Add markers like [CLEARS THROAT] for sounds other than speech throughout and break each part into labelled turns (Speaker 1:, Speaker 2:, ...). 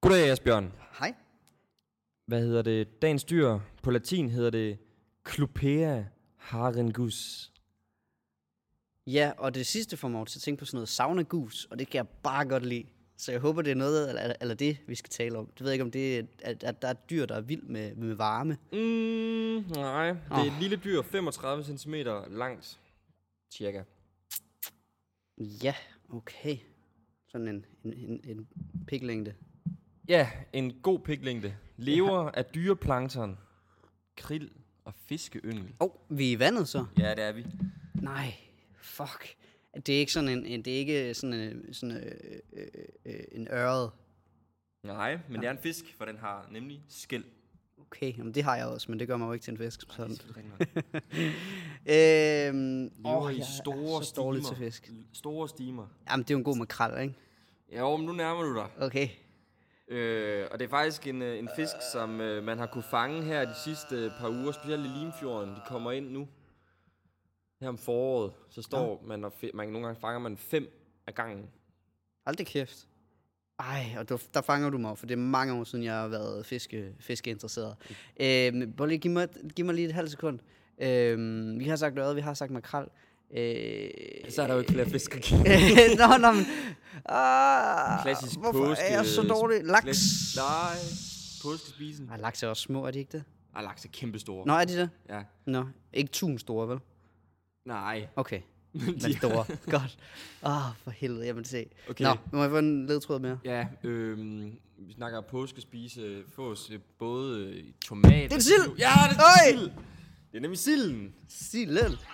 Speaker 1: Goddag, Asbjørn.
Speaker 2: Hej.
Speaker 1: Hvad hedder det? Dagens dyr på latin hedder det Clupea harengus.
Speaker 2: Ja, og det sidste får mig jo til at tænke på sådan noget sauna-gus, og det kan jeg bare godt lide. Så jeg håber, det er noget eller, eller det, vi skal tale om. Det ved jeg ikke, om det er, at, at der er et dyr, der er vild med, med varme.
Speaker 1: Mm, nej, det er et lille dyr, 35 cm langt. Cirka.
Speaker 2: Ja, okay. Sådan en, en, en, en piklængde.
Speaker 1: Ja, en god piklængde. Lever af dyreplankton, krill og fiskeyngel.
Speaker 2: Åh, oh, vi er i vandet så?
Speaker 1: Ja, det er vi.
Speaker 2: Nej, fuck. Det er ikke sådan en, en det er ikke sådan en, sådan øh, øh, øh, en øret.
Speaker 1: Nej, men det er en fisk, for den har nemlig skæld.
Speaker 2: Okay, jamen det har jeg også, men det gør mig jo ikke til en fisk. som Sådan.
Speaker 1: Lever
Speaker 2: øhm, åh,
Speaker 1: i
Speaker 2: jeg
Speaker 1: store
Speaker 2: er så dårlig til
Speaker 1: stimer.
Speaker 2: fisk.
Speaker 1: Store stimer.
Speaker 2: Jamen, det er jo en god makrel, ikke?
Speaker 1: Ja, men nu nærmer du dig.
Speaker 2: Okay.
Speaker 1: Øh, og det er faktisk en, øh, en fisk, som øh, man har kunne fange her de sidste øh, par uger, specielt i Limfjorden. De kommer ind nu. Her om foråret, så står ja. man og fi- man, nogle gange fanger man fem af gangen.
Speaker 2: Hold da kæft. Ej, og du, der fanger du mig, for det er mange år siden, jeg har været fiske, fiskeinteresseret. Øhm, prøv lige, giv mig, giv mig lige et halvt sekund. Øhm, vi har sagt øret, vi har sagt makrel. Øh,
Speaker 1: Så er der jo ikke flere fisk at
Speaker 2: [LAUGHS] nå, nå, men... Ah,
Speaker 1: Klassisk
Speaker 2: hvorfor
Speaker 1: påske...
Speaker 2: er jeg så dårlig? Laks.
Speaker 1: Klas- nej, påskespisen.
Speaker 2: Ej, laks er også små, er de ikke det?
Speaker 1: Ej, laks er kæmpestore.
Speaker 2: Nå, er de det?
Speaker 1: Ja.
Speaker 2: Nå, ikke tun store, vel?
Speaker 1: Nej. [LAUGHS]
Speaker 2: Okay, men store. Godt. Åh, oh, for helvede, jeg vil se.
Speaker 1: Okay.
Speaker 2: Nå, må jeg få en ledtråd mere?
Speaker 1: Ja, øh, vi snakker påskespise, fås øh, både øh, tomat... Det
Speaker 2: en sild!
Speaker 1: Ja, det
Speaker 2: Øj!
Speaker 1: er sild! Det er nemlig silden!
Speaker 2: Sig lidt.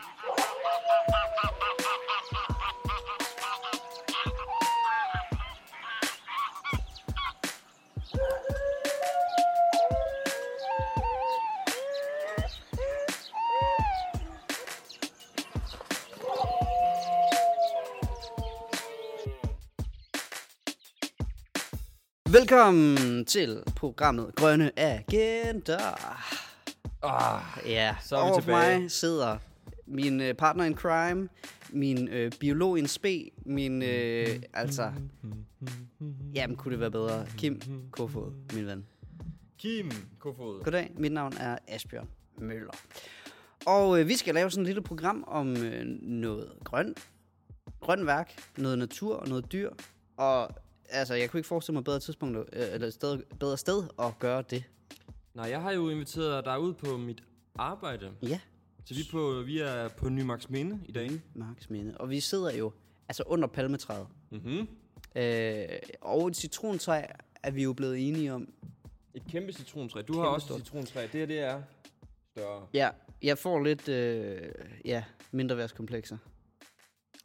Speaker 2: Velkommen til programmet Grønne Agenter.
Speaker 1: Ah,
Speaker 2: Ja,
Speaker 1: Så er vi
Speaker 2: over
Speaker 1: tilbage.
Speaker 2: for mig sidder min øh, partner in crime, min øh, biolog in spe, min, øh, altså, jamen kunne det være bedre, Kim Kofod, min ven.
Speaker 1: Kim Kofod.
Speaker 2: Goddag, mit navn er Asbjørn Møller. Og øh, vi skal lave sådan et lille program om øh, noget grøn, grøn værk, noget natur og noget dyr. Og altså, jeg kunne ikke forestille mig et bedre tidspunkt, øh, eller et sted, bedre sted at gøre det.
Speaker 1: Nej, jeg har jo inviteret dig ud på mit arbejde.
Speaker 2: Ja,
Speaker 1: Så vi, er på, vi er på Nymarks Minde i dag.
Speaker 2: Marks Minde. Og vi sidder jo altså under palmetræet.
Speaker 1: Mm-hmm.
Speaker 2: Øh, og et citrontræ er vi jo blevet enige om.
Speaker 1: Et kæmpe citrontræ. Du har også et
Speaker 2: stort.
Speaker 1: citrontræ. Det her, det er større.
Speaker 2: Ja, jeg får lidt øh, ja, mindreværdskomplekser.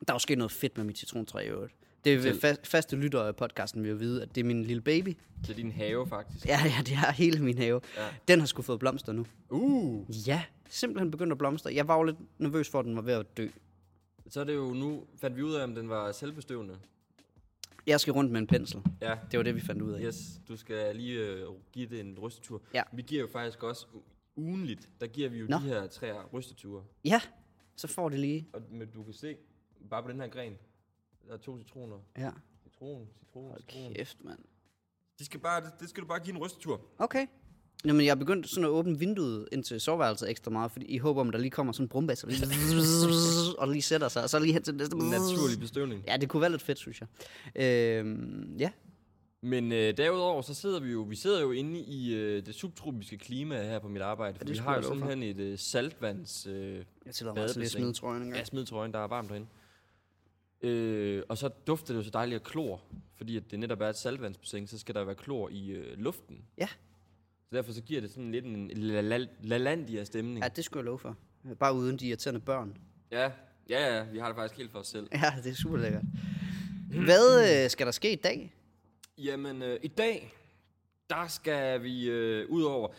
Speaker 2: Der er jo sket noget fedt med mit citrontræ i øvrigt. Det vil
Speaker 1: Fortæl.
Speaker 2: fa- faste lyttere af podcasten vil jo vide, at det er min lille baby.
Speaker 1: Til din have, faktisk.
Speaker 2: Ja, ja, det er hele min have.
Speaker 1: Ja.
Speaker 2: Den har sgu fået blomster nu.
Speaker 1: Uh!
Speaker 2: Ja, simpelthen begyndt at blomstre. Jeg var jo lidt nervøs for, at den var ved at dø.
Speaker 1: Så er det jo nu, fandt vi ud af, om den var selvbestøvende.
Speaker 2: Jeg skal rundt med en pensel.
Speaker 1: Ja.
Speaker 2: Det var det, vi fandt ud af.
Speaker 1: Yes, du skal lige øh, give det en rystetur.
Speaker 2: Ja.
Speaker 1: Vi giver jo faktisk også u- ugenligt, der giver vi jo
Speaker 2: Nå.
Speaker 1: de her træer rysteture.
Speaker 2: Ja, så får det lige.
Speaker 1: Og men du kan se, bare på den her gren, der er to citroner.
Speaker 2: Ja.
Speaker 1: Citron, citron, citron.
Speaker 2: Kæft, mand.
Speaker 1: De skal bare, det, det skal du bare give en rystetur.
Speaker 2: Okay. Nå, men jeg er begyndt sådan at åbne vinduet ind til soveværelset ekstra meget, fordi I håber, om der lige kommer sådan en brumbass, og, lige, og lige [LAUGHS] sætter sig, og så lige hen til næste.
Speaker 1: Naturlig bestøvning.
Speaker 2: Ja, det kunne være lidt fedt, synes jeg. Øhm, ja.
Speaker 1: Men øh, derudover, så sidder vi jo, vi sidder jo inde i øh, det subtropiske klima her på mit arbejde. For
Speaker 2: det
Speaker 1: vi
Speaker 2: skulle
Speaker 1: har jo
Speaker 2: jeg love for.
Speaker 1: simpelthen et øh, saltvands... Øh,
Speaker 2: Jeg tillader mig altså lige at smide
Speaker 1: Badebassin.
Speaker 2: trøjen engang.
Speaker 1: ja, smid trøjen, der er varmt derinde. Øh, og så dufter det jo så dejligt af klor. Fordi at det netop er et saltvandsbassin, så skal der være klor i øh, luften.
Speaker 2: Ja.
Speaker 1: Så derfor så giver det sådan lidt en lalandia stemning.
Speaker 2: Ja, det skulle jeg love for. Bare uden de irriterende børn. [LAUGHS]
Speaker 1: Ja, ja, ja, vi har det faktisk helt for os selv.
Speaker 2: Ja, det er super lækkert. Hvad øh, skal der ske i dag?
Speaker 1: Jamen, øh, i dag, der skal vi øh, ud over...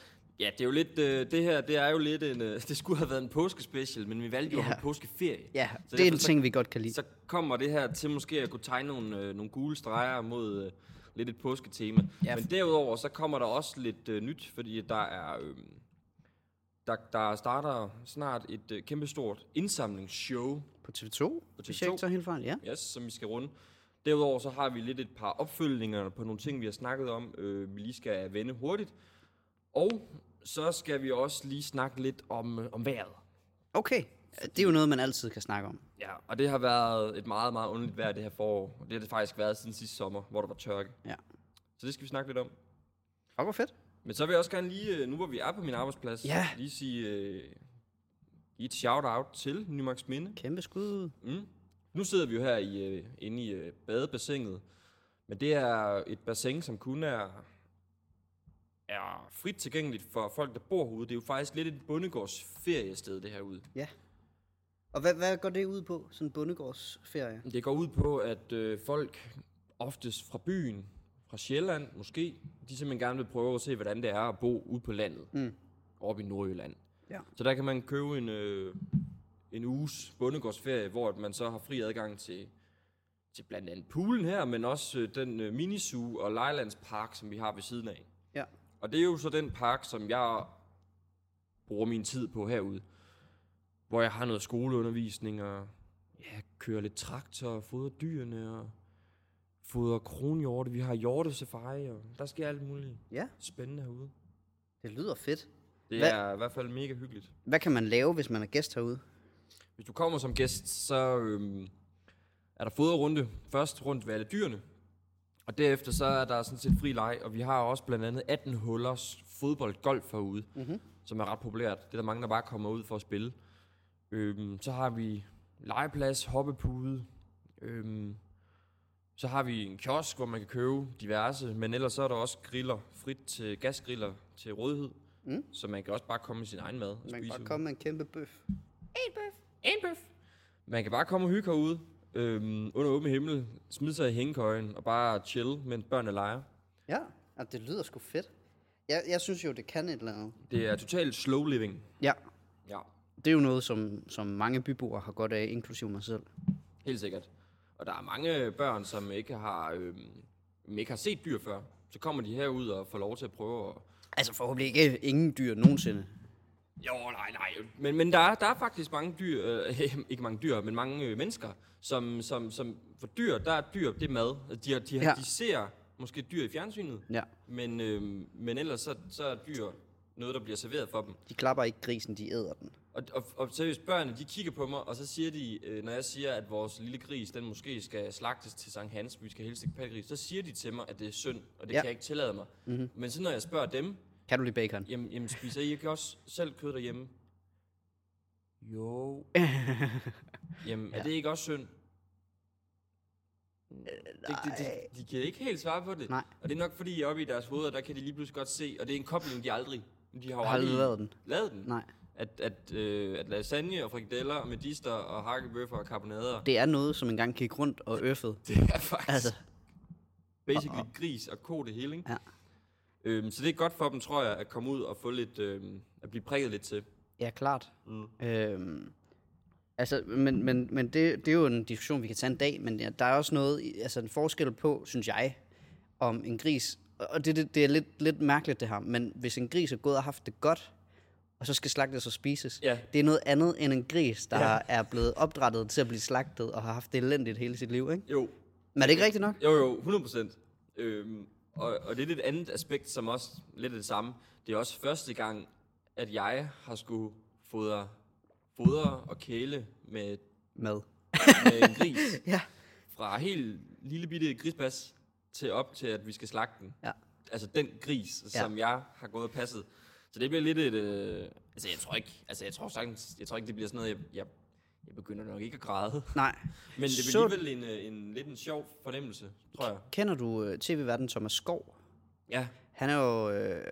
Speaker 1: Ja, det er jo lidt... Øh, det her, det er jo lidt en... Øh, [LAUGHS] det skulle have været en påskespecial, men vi valgte jo yeah.
Speaker 2: Ja.
Speaker 1: en påskeferie.
Speaker 2: Ja,
Speaker 1: Så
Speaker 2: det er
Speaker 1: derfor
Speaker 2: en ting, vi godt kan lide.
Speaker 1: Så kommer det her til måske at kunne tegne nogle, øh, nogle gule streger mod øh, lidt et påsketema.
Speaker 2: Ja.
Speaker 1: Men derudover, så kommer der også lidt øh, nyt, fordi der er... Øh, der, der starter snart et øh, kæmpestort indsamlingsshow
Speaker 2: På TV2? På TV2?
Speaker 1: TV2.
Speaker 2: Helt fejl, ja.
Speaker 1: yes, som vi skal runde. Derudover så har vi lidt et par opfølgninger på nogle ting, vi har snakket om, øh, vi lige skal vende hurtigt. Og så skal vi også lige snakke lidt om, øh, om vejret.
Speaker 2: Okay, det er jo noget, man altid kan snakke om.
Speaker 1: Ja, og det har været et meget, meget underligt vejr det her forår. Og det har det faktisk været siden sidste sommer, hvor der var tørke.
Speaker 2: Ja.
Speaker 1: Så det skal vi snakke lidt om.
Speaker 2: Og hvor fedt.
Speaker 1: Men så vil jeg også gerne lige, øh, nu hvor vi er på min arbejdsplads,
Speaker 2: Ja.
Speaker 1: lige sige øh, give et shout-out til Nymarks Minde.
Speaker 2: Kæmpe skud.
Speaker 1: Mm. Nu sidder vi jo her i, øh, inde i øh, badebassinet, men det er et bassin, som kun er, er frit tilgængeligt for folk, der bor herude. Det er jo faktisk lidt et bondegårds feriested, det herude.
Speaker 2: Ja. Og hvad, hvad går det ud på, sådan en bondegårdsferie?
Speaker 1: Det går ud på, at øh, folk oftest fra byen, fra Sjælland måske, de simpelthen gerne vil prøve at se, hvordan det er at bo ude på landet,
Speaker 2: Mm.
Speaker 1: oppe i Nordjylland.
Speaker 2: Ja.
Speaker 1: Så der kan man købe en, øh, en uges bondegårdsferie, hvor at man så har fri adgang til, til blandt andet poolen her, men også øh, den øh, minisu og Lejlandspark, som vi har ved siden af.
Speaker 2: Ja.
Speaker 1: Og det er jo så den park, som jeg bruger min tid på herude. Hvor jeg har noget skoleundervisning og ja, kører lidt traktor og fodrer dyrene og fodrer kronhjorte. Vi har hjortesafari og der sker alt muligt
Speaker 2: Ja,
Speaker 1: spændende herude.
Speaker 2: det lyder fedt.
Speaker 1: Det
Speaker 2: Hvad-
Speaker 1: er i hvert fald mega hyggeligt.
Speaker 2: Hvad kan man lave, hvis man er gæst herude?
Speaker 1: Hvis du kommer som gæst, så øhm, er der foderrunde først rundt ved alle dyrene. Og derefter så er der sådan set fri leg, og vi har også blandt andet 18 hullers fodboldgolf herude,
Speaker 2: Mhm.
Speaker 1: mm-hmm. som er ret populært. Det er der mange, der bare kommer ud for at spille. Øhm, så har vi legeplads, hoppepude. Øhm, så har vi en kiosk, hvor man kan købe diverse, men ellers så er der også griller, frit til gasgriller til rådighed.
Speaker 2: Mm.
Speaker 1: Så man kan også bare komme med sin egen mad og
Speaker 2: Man kan
Speaker 1: spise
Speaker 2: bare
Speaker 1: ude.
Speaker 2: komme med en kæmpe bøf.
Speaker 1: En bøf. Man kan bare komme og hygge herude, øhm, under åben himmel, smide sig i hængekøjen og bare chill, mens børnene leger.
Speaker 2: Ja, og det lyder sgu fedt. Jeg, jeg synes jo, det kan et eller andet.
Speaker 1: Det er totalt slow living.
Speaker 2: Ja,
Speaker 1: Ja,
Speaker 2: det er jo noget, som, som mange byboere har godt af, inklusive mig selv.
Speaker 1: helt sikkert. Og der er mange børn, som ikke har, øhm, ikke har set dyr før. Så kommer de herud og får lov til at prøve at...
Speaker 2: Altså forhåbentlig ikke ingen dyr nogensinde.
Speaker 1: Jo, nej, nej. Men, men der, er, der er faktisk mange dyr, øh, [LAUGHS] ikke mange dyr, men mange øh, mennesker, som, som, som for dyr, der er dyr, det er mad. De, de, de,
Speaker 2: Ja.
Speaker 1: ja. de ser måske dyr i fjernsynet,
Speaker 2: Ja,
Speaker 1: Men, øh, men ellers så, så er dyr noget, der bliver serveret for dem.
Speaker 2: de klapper ikke grisen, de æder den.
Speaker 1: Og, og, og seriøst, børnene, de kigger på mig, og så siger de, øh, når jeg siger, at vores lille gris, den måske skal slagtes til Sankt Hans, vi skal helst ikke pattegris, så siger de til mig, at det er synd, og det
Speaker 2: Ja. Mhm.
Speaker 1: ja. kan jeg ikke tillade mig. Mm-hmm. Men så når jeg spørger dem,
Speaker 2: Kan du lide bacon?
Speaker 1: jamen, jamen spiser I ikke også selv kød derhjemme? Jo. jamen, er
Speaker 2: Ja. Øh,
Speaker 1: det ikke også synd? Det, det,
Speaker 2: nej.
Speaker 1: det, de kan ikke helt svare på det.
Speaker 2: Nej.
Speaker 1: Og det er nok fordi, oppe i deres hoveder, der kan de lige pludselig godt se, og det er en kobling, de aldrig... De har jo
Speaker 2: Har du
Speaker 1: aldrig
Speaker 2: lavet den?
Speaker 1: lavet den.
Speaker 2: [LAUGHS] Nej.
Speaker 1: At, at, øh, at lasagne og frikadeller og medister og hakkebøffer og karbonader,
Speaker 2: Det er noget, som engang gik rundt og øffede.
Speaker 1: [LAUGHS] det er faktisk
Speaker 2: Altså,
Speaker 1: altså. basically gris og ko det hele, ikke?
Speaker 2: Ja.
Speaker 1: Øhm, så det er godt for dem, tror jeg, at komme ud og få lidt, øhm, at blive prikket lidt til.
Speaker 2: ja, klart. Mm. Øhm, altså, men, men, men det, det er jo en diskussion, vi kan tage en dag, men ja, der er også noget, i- altså en forskel på, synes jeg, om en gris, og- og det, det, det er lidt, lidt mærkeligt det her, men hvis en gris er gået og haft det godt, og så skal slagtes og spises,
Speaker 1: Ja.
Speaker 2: det er noget andet end en gris, der ja.
Speaker 1: Ja.
Speaker 2: er blevet opdrettet til at blive slagtet og har haft det elendigt hele sit liv, ikke?
Speaker 1: Jo,
Speaker 2: Men er det ikke rigtigt nok?
Speaker 1: Jo, jo, 100 procent. Øhm, og, og det er lidt et andet aspekt, som også lidt er det samme. Det er også første gang, at jeg har skulle fodre, fodre og kæle med,
Speaker 2: Mad.
Speaker 1: med en gris.
Speaker 2: Ja.
Speaker 1: Fra helt lille bitte grispas til op til, at vi skal slagte den.
Speaker 2: Ja.
Speaker 1: Altså den gris,
Speaker 2: Ja.
Speaker 1: ja. som jeg har gået og passet. Så det bliver lidt et... Øh, altså jeg tror ikke, altså jeg tror sagtens, jeg tror ikke, det bliver sådan noget, jeg, jeg, jeg begynder nok ikke at græde.
Speaker 2: Nej.
Speaker 1: Men det
Speaker 2: Så-
Speaker 1: bliver alligevel en, øh, en, lidt en sjov fornemmelse, tror jeg.
Speaker 2: Kender du øh, tv-verden Thomas Skov?
Speaker 1: Ja.
Speaker 2: Han er jo øh,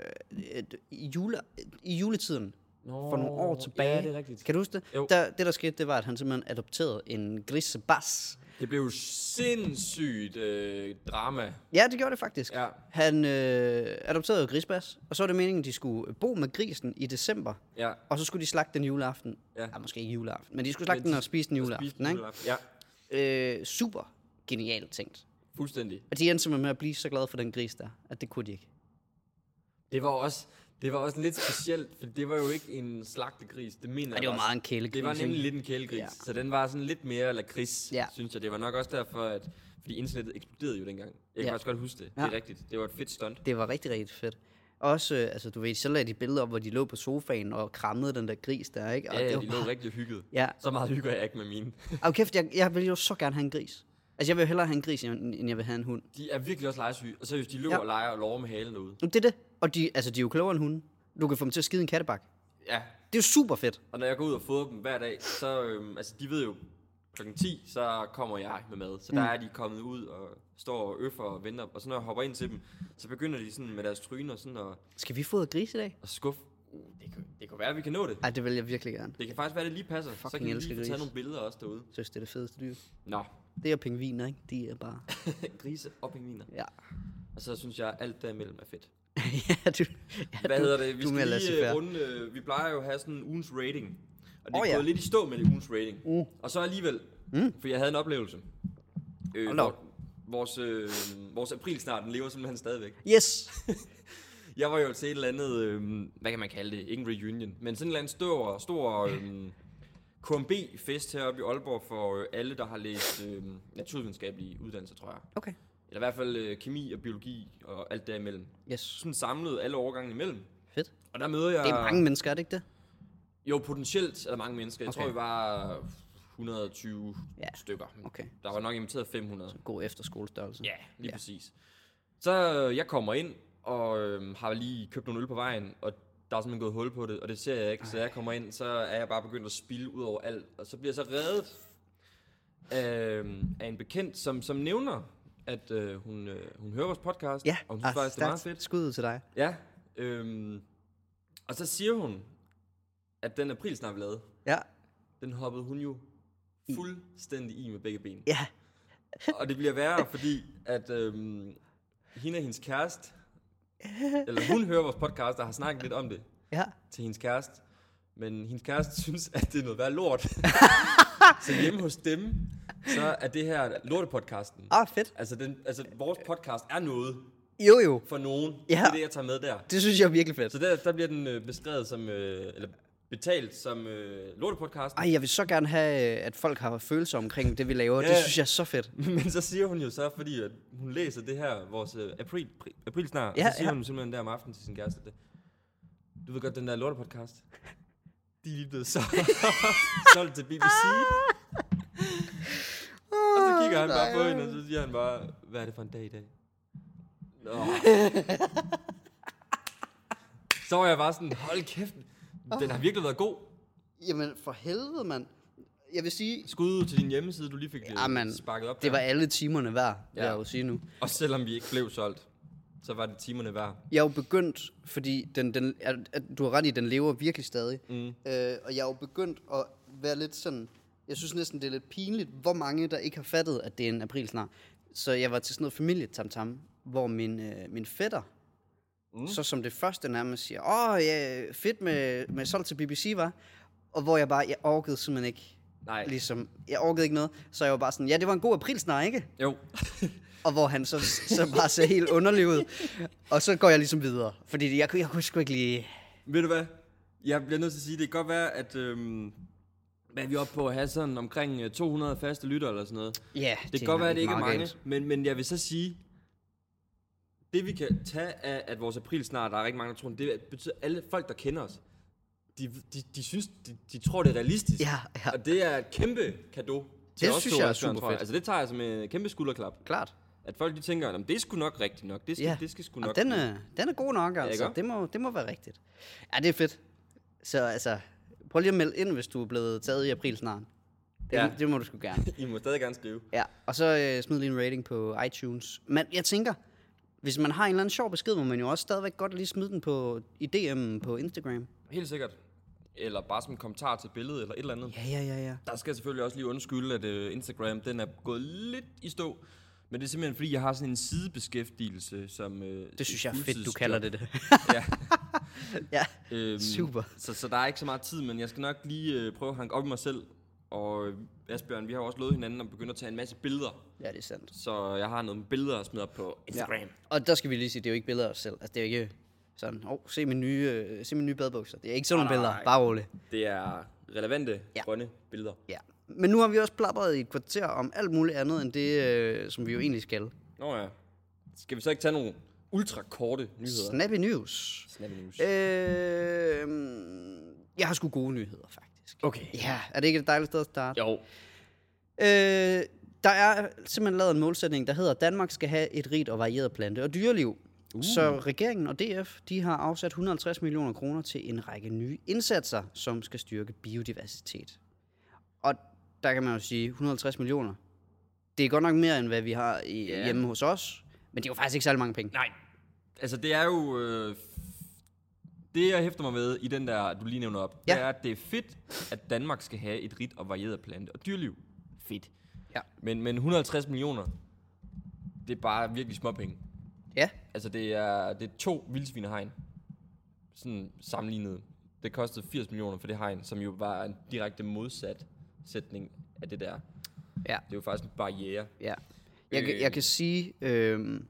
Speaker 2: et, i, jule, i juletiden
Speaker 1: Nå,
Speaker 2: for nogle år tilbage.
Speaker 1: Ja, det er rigtigt.
Speaker 2: Kan du huske det?
Speaker 1: Jo.
Speaker 2: Der, det, der skete, det var, at han simpelthen adopterede en grisebas.
Speaker 1: Det blev jo sindssygt øh, drama.
Speaker 2: Ja, det gjorde det faktisk.
Speaker 1: Ja.
Speaker 2: Han øh, adopterede grisbas, og så var det meningen, at de skulle bo med grisen i december,
Speaker 1: Ja.
Speaker 2: og så skulle de slagte den juleaften.
Speaker 1: Ja.
Speaker 2: Ah, måske ikke juleaften, men de skulle slagte
Speaker 1: Men de-
Speaker 2: den og spise den
Speaker 1: Og
Speaker 2: juleaften.
Speaker 1: spiste
Speaker 2: Ikke?
Speaker 1: juleaften. Ja,
Speaker 2: Øh, super genialt tænkt.
Speaker 1: fuldstændig.
Speaker 2: Og de endte simpelthen med at blive så glade for den gris der, at det kunne de ikke.
Speaker 1: Det var også, det var også lidt specielt, for det var jo ikke en slagtegris. Det mener
Speaker 2: det
Speaker 1: jeg
Speaker 2: var
Speaker 1: også.
Speaker 2: meget en kælegris,
Speaker 1: Det var nemlig
Speaker 2: ikke?
Speaker 1: lidt en kælegris,
Speaker 2: Ja.
Speaker 1: ja. så den var sådan lidt mere lakrids,
Speaker 2: Ja.
Speaker 1: synes jeg. Det var nok også derfor, at Fordi internettet eksploderede jo dengang. Jeg kan
Speaker 2: Ja.
Speaker 1: faktisk godt huske det. Det
Speaker 2: Ja.
Speaker 1: er rigtigt. Det var et fedt stunt.
Speaker 2: Det var rigtig, rigtig fedt. Også, øh, altså du ved, så lagde de billeder op, hvor de lå på sofaen og krammede den der gris der, ikke? Og
Speaker 1: Ja,
Speaker 2: det
Speaker 1: ja,
Speaker 2: var
Speaker 1: de lå rigtig hygget.
Speaker 2: [LAUGHS] Ja.
Speaker 1: Så meget hygger jeg ikke med
Speaker 2: [LAUGHS]
Speaker 1: mine.
Speaker 2: Og kæft, jeg, jeg vil jo så gerne have en gris. Altså, jeg vil jo hellere have en gris, end end jeg vil have en hund.
Speaker 1: De er virkelig også legesyge. Og seriøst, de løber
Speaker 2: Ja.
Speaker 1: og leger og lover med halen derude.
Speaker 2: Jamen, Det er det. Og de, altså, de er jo klogere end hunde. Du kan få dem til at skide en kattebak.
Speaker 1: Ja,
Speaker 2: Det er jo super fedt.
Speaker 1: og når jeg går ud og fodrer dem hver dag, så, øhm, altså de ved jo, klokken 10, så kommer jeg med mad. Så der
Speaker 2: Mm.
Speaker 1: er de kommet ud og står og øffer og venter. Og så når jeg hopper ind til dem, så begynder de sådan med deres tryner sådan at,
Speaker 2: Skal vi fodre gris i dag?
Speaker 1: at skuffe. Uh, det, kan, det kan være, at vi kan nå det.
Speaker 2: Ej, det vil jeg virkelig gerne.
Speaker 1: Det kan faktisk være, at det lige passer. så
Speaker 2: Fucking
Speaker 1: kan vi
Speaker 2: elsker
Speaker 1: lige få taget
Speaker 2: gris.
Speaker 1: nogle billeder også derude.
Speaker 2: Jeg synes, det er det fedeste dyr.
Speaker 1: Nå, [LAUGHS]
Speaker 2: Det er pingviner, ikke? De er bare...
Speaker 1: grise og pingviner.
Speaker 2: Ja. [LAUGHS]
Speaker 1: Og så synes jeg, at alt derimellem er fedt.
Speaker 2: ja, du, ja,
Speaker 1: Hvad
Speaker 2: du,
Speaker 1: hedder det? Vi
Speaker 2: du er
Speaker 1: skal lige
Speaker 2: mere
Speaker 1: øh,
Speaker 2: laissez-faire.
Speaker 1: runde, øh, vi plejer jo at have sådan en ugens rating. Og det er
Speaker 2: Åh,
Speaker 1: oh,
Speaker 2: ja.
Speaker 1: ja. gået lidt i stå med det ugens rating. Uh. Og så alligevel, mm. for jeg havde en oplevelse. Øh,
Speaker 2: Hold da
Speaker 1: hvor-
Speaker 2: op.
Speaker 1: vores, øh, vores april snart, den lever simpelthen stadigvæk.
Speaker 2: Yes!
Speaker 1: Jeg var jo til et eller andet, øh, hvad kan man kalde det? Ikke en reunion, men sådan en eller anden stor, stor øh, KMB-fest heroppe i Aalborg for øh, alle, der har læst øh, naturvidenskabelige uddannelser, tror jeg.
Speaker 2: Okay.
Speaker 1: Eller i hvert fald øh, kemi og biologi og alt derimellem.
Speaker 2: Yes.
Speaker 1: Sådan samlet alle årgangen imellem.
Speaker 2: Fedt.
Speaker 1: Og der møder jeg...
Speaker 2: Det er mange mennesker, er det ikke det?
Speaker 1: Jo, potentielt er der mange mennesker. Jeg
Speaker 2: Okay.
Speaker 1: okay. tror, vi var 120
Speaker 2: Ja,
Speaker 1: ja. stykker.
Speaker 2: okay.
Speaker 1: Der var nok inviteret 500.
Speaker 2: God efterskolestørrelse.
Speaker 1: Ja, lige ja. præcis. Så øh, jeg kommer ind og øh, har lige købt nogle øl på vejen, og der er simpelthen gået hul på det, og det ser jeg ikke. Så jeg kommer ind, så er jeg bare begyndt at spille ud over alt, og så bliver jeg så reddet øh, af en bekendt, som, som nævner, at øh, hun, øh, hun hører vores podcast,
Speaker 2: Ja,
Speaker 1: og hun synes faktisk, det er meget fedt.
Speaker 2: Skud ud til dig.
Speaker 1: Ja, øhm, og så siger hun, at den aprilsnap vi lavede,
Speaker 2: Ja.
Speaker 1: den hoppede hun jo fuldstændig i med begge ben.
Speaker 2: Ja.
Speaker 1: Og det bliver værre, fordi at øhm, hende og hendes kæreste, eller hun hører vores podcast og har snakket lidt om det
Speaker 2: Ja.
Speaker 1: til hendes kæreste, men hendes kæreste [LAUGHS] synes, at det er noget værd
Speaker 2: [LAUGHS]
Speaker 1: lort. så hjemme hos dem, så er det her lortepodcasten.
Speaker 2: Ah, fedt.
Speaker 1: Altså, den, altså, vores podcast er noget
Speaker 2: Jo, jo.
Speaker 1: for nogen.
Speaker 2: Ja.
Speaker 1: Det er det, jeg tager med der.
Speaker 2: Det synes jeg er virkelig fedt.
Speaker 1: Så der, der bliver den øh, beskrevet som, øh, eller betalt som øh, lortepodcast.
Speaker 2: Ej, jeg vil så gerne have, øh, at folk har følelser omkring det, vi laver. Ja. Det
Speaker 1: Ja.
Speaker 2: synes jeg er så fedt.
Speaker 1: [LAUGHS] Men så siger hun jo så, fordi at hun læser det her, vores øh, april, pri- aprilsnar,
Speaker 2: Ja,
Speaker 1: ja, så siger
Speaker 2: ja.
Speaker 1: ja. hun simpelthen der om aftenen til sin kæreste, det, du ved godt, den der lortepodcast, de er lige blevet solgt, [LAUGHS] solgt til BBC. og så kigger han bare
Speaker 2: Ah,
Speaker 1: på hende, og så siger han bare, hvad er det for en dag i dag? Nå.
Speaker 2: [LAUGHS]
Speaker 1: så var jeg bare sådan, hold kæft, den har virkelig været god.
Speaker 2: Jamen, for helvede, mand. Jeg vil sige...
Speaker 1: Skud ud til din hjemmeside, du lige fik ja,
Speaker 2: Jamen,
Speaker 1: sparket op
Speaker 2: det
Speaker 1: der.
Speaker 2: var alle timerne værd, ja. vil
Speaker 1: Ja.
Speaker 2: jeg jo sige nu.
Speaker 1: Og selvom vi ikke blev solgt, så var det timerne værd.
Speaker 2: Jeg er jo begyndt, fordi den, den, at, at du har ret i, den lever virkelig stadig. Mm. Øh, og jeg er jo begyndt at være lidt sådan... Jeg synes næsten, det er lidt pinligt, hvor mange, der ikke har fattet, at det er en aprilsnar. Så jeg var til sådan noget familietamtam, hvor min, øh, min fætter, mm. så som det første nærmest siger, åh, ja, fedt med, med solgt til BBC, var. Og hvor jeg bare, jeg orkede simpelthen ikke.
Speaker 1: Nej.
Speaker 2: Ligesom, jeg orkede ikke noget, så jeg var bare sådan, ja, det var en god aprilsnar, ikke?
Speaker 1: Jo.
Speaker 2: Og hvor han så, så bare ser helt underlig ud. Og så går jeg ligesom videre. Fordi jeg, kunne- jeg kunne sgu ikke lige...
Speaker 1: Ved du hvad? Jeg bliver nødt til at sige, det kan godt være, at... Øhm, hvad er vi oppe på at have sådan omkring øh, 200 faste lytter eller sådan noget?
Speaker 2: Ja,
Speaker 1: Det kan godt være, at det ikke er
Speaker 2: meget
Speaker 1: mange, men, men jeg vil så sige, det vi kan tage af, at vores april snart, der er rigtig mange, der tror, det er- betyder, at alle folk, der kender os, de, de, de synes, de, de tror, det er realistisk.
Speaker 2: Ja, ja.
Speaker 1: Og det er et kæmpe kado til
Speaker 2: Det
Speaker 1: os
Speaker 2: synes
Speaker 1: to,
Speaker 2: jeg er
Speaker 1: også, Jørgen,
Speaker 2: super
Speaker 1: tror jeg.
Speaker 2: fedt.
Speaker 1: Altså det tager jeg som en kæmpe skulderklap.
Speaker 2: Klart.
Speaker 1: At folk de tænker, at det er sgu nok rigtigt nok. Det skal,
Speaker 2: Ja.
Speaker 1: det skal sgu
Speaker 2: Og
Speaker 1: nok.
Speaker 2: den,
Speaker 1: blive."
Speaker 2: er, den er god nok, altså.
Speaker 1: ikke?
Speaker 2: det, må, det må være rigtigt. Ja, det er fedt. Så altså, prøv lige at melde ind, hvis du er blevet taget i april snart. Det, ja.
Speaker 1: Ja.
Speaker 2: det må du sgu gerne.
Speaker 1: I må stadig gerne skrive.
Speaker 2: Ja, og så øh, smid lige en rating på iTunes. Men jeg tænker, hvis man har en eller anden sjov besked, må man jo også stadigvæk godt lige smide den på, i DM'en på Instagram.
Speaker 1: Helt sikkert. Eller bare som en kommentar til billedet eller et eller andet.
Speaker 2: Ja, ja, ja, ja.
Speaker 1: Der skal jeg selvfølgelig også lige undskylde, at øh, Instagram den er gået lidt i stå. Men det er simpelthen fordi, jeg har sådan en sidebeskæftigelse, som... Øh,
Speaker 2: Det synes jeg er fedt, du
Speaker 1: fuldtidsjob.
Speaker 2: kalder det det.
Speaker 1: [LAUGHS] Ja. [LAUGHS]
Speaker 2: ja.
Speaker 1: Øhm,
Speaker 2: Super.
Speaker 1: Så, så der er ikke så meget tid, men jeg skal nok lige øh, prøve at hanke op i mig selv. Og øh, Asbjørn, vi har jo også lovet hinanden at begynde at tage en masse billeder.
Speaker 2: ja, det er sandt.
Speaker 1: Så jeg har nogle billeder at smide op på Instagram. Ja.
Speaker 2: Og der skal vi lige sige, det er jo ikke billeder af os selv. Altså, det er jo ikke sådan, åh, oh, se min nye, øh, se min nye badbukser. Det er ikke sådan nogle billeder, bare roligt.
Speaker 1: Det er relevante,
Speaker 2: Ja.
Speaker 1: ja. grønne billeder.
Speaker 2: Ja, Men nu har vi også plapret i et kvarter om alt muligt andet end det, øh, som vi jo egentlig skal.
Speaker 1: Nå ja. Skal vi så ikke tage nogle ultrakorte nyheder?
Speaker 2: Snappy news.
Speaker 1: Snap news.
Speaker 2: Øh, jeg har sgu gode nyheder, faktisk.
Speaker 1: Okay.
Speaker 2: Ja, er det ikke et dejligt sted at starte?
Speaker 1: Jo.
Speaker 2: Øh, der er simpelthen lavet en målsætning, der hedder, at Danmark skal have et rigt og varieret plante- og dyreliv. Uh. Så regeringen og DF de har afsat 150 millioner kroner til en række nye indsatser, som skal styrke biodiversitet. Og der kan man jo sige, 150 millioner, det er godt nok mere, end hvad vi har i, yeah. hjemme hos os. Men det er jo faktisk ikke særlig mange penge.
Speaker 1: Nej. Altså, det er jo... Øh, det, jeg hæfter mig ved i den der, du lige nævner op,
Speaker 2: Ja.
Speaker 1: det er, at det er fedt, at Danmark skal have et rigt og varieret plante- og dyrliv. Fedt.
Speaker 2: Ja.
Speaker 1: Men, men 150 millioner, det er bare virkelig småpenge.
Speaker 2: Ja,
Speaker 1: Altså, det er, det er to vildsvinehegn, sådan sammenlignet. Det kostede 80 millioner for det hegn, som jo var en direkte modsat sætning af det der.
Speaker 2: ja.
Speaker 1: Det er jo faktisk en barriere.
Speaker 2: Ja. Jeg, øh,
Speaker 1: Øh.
Speaker 2: jeg kan sige, øh,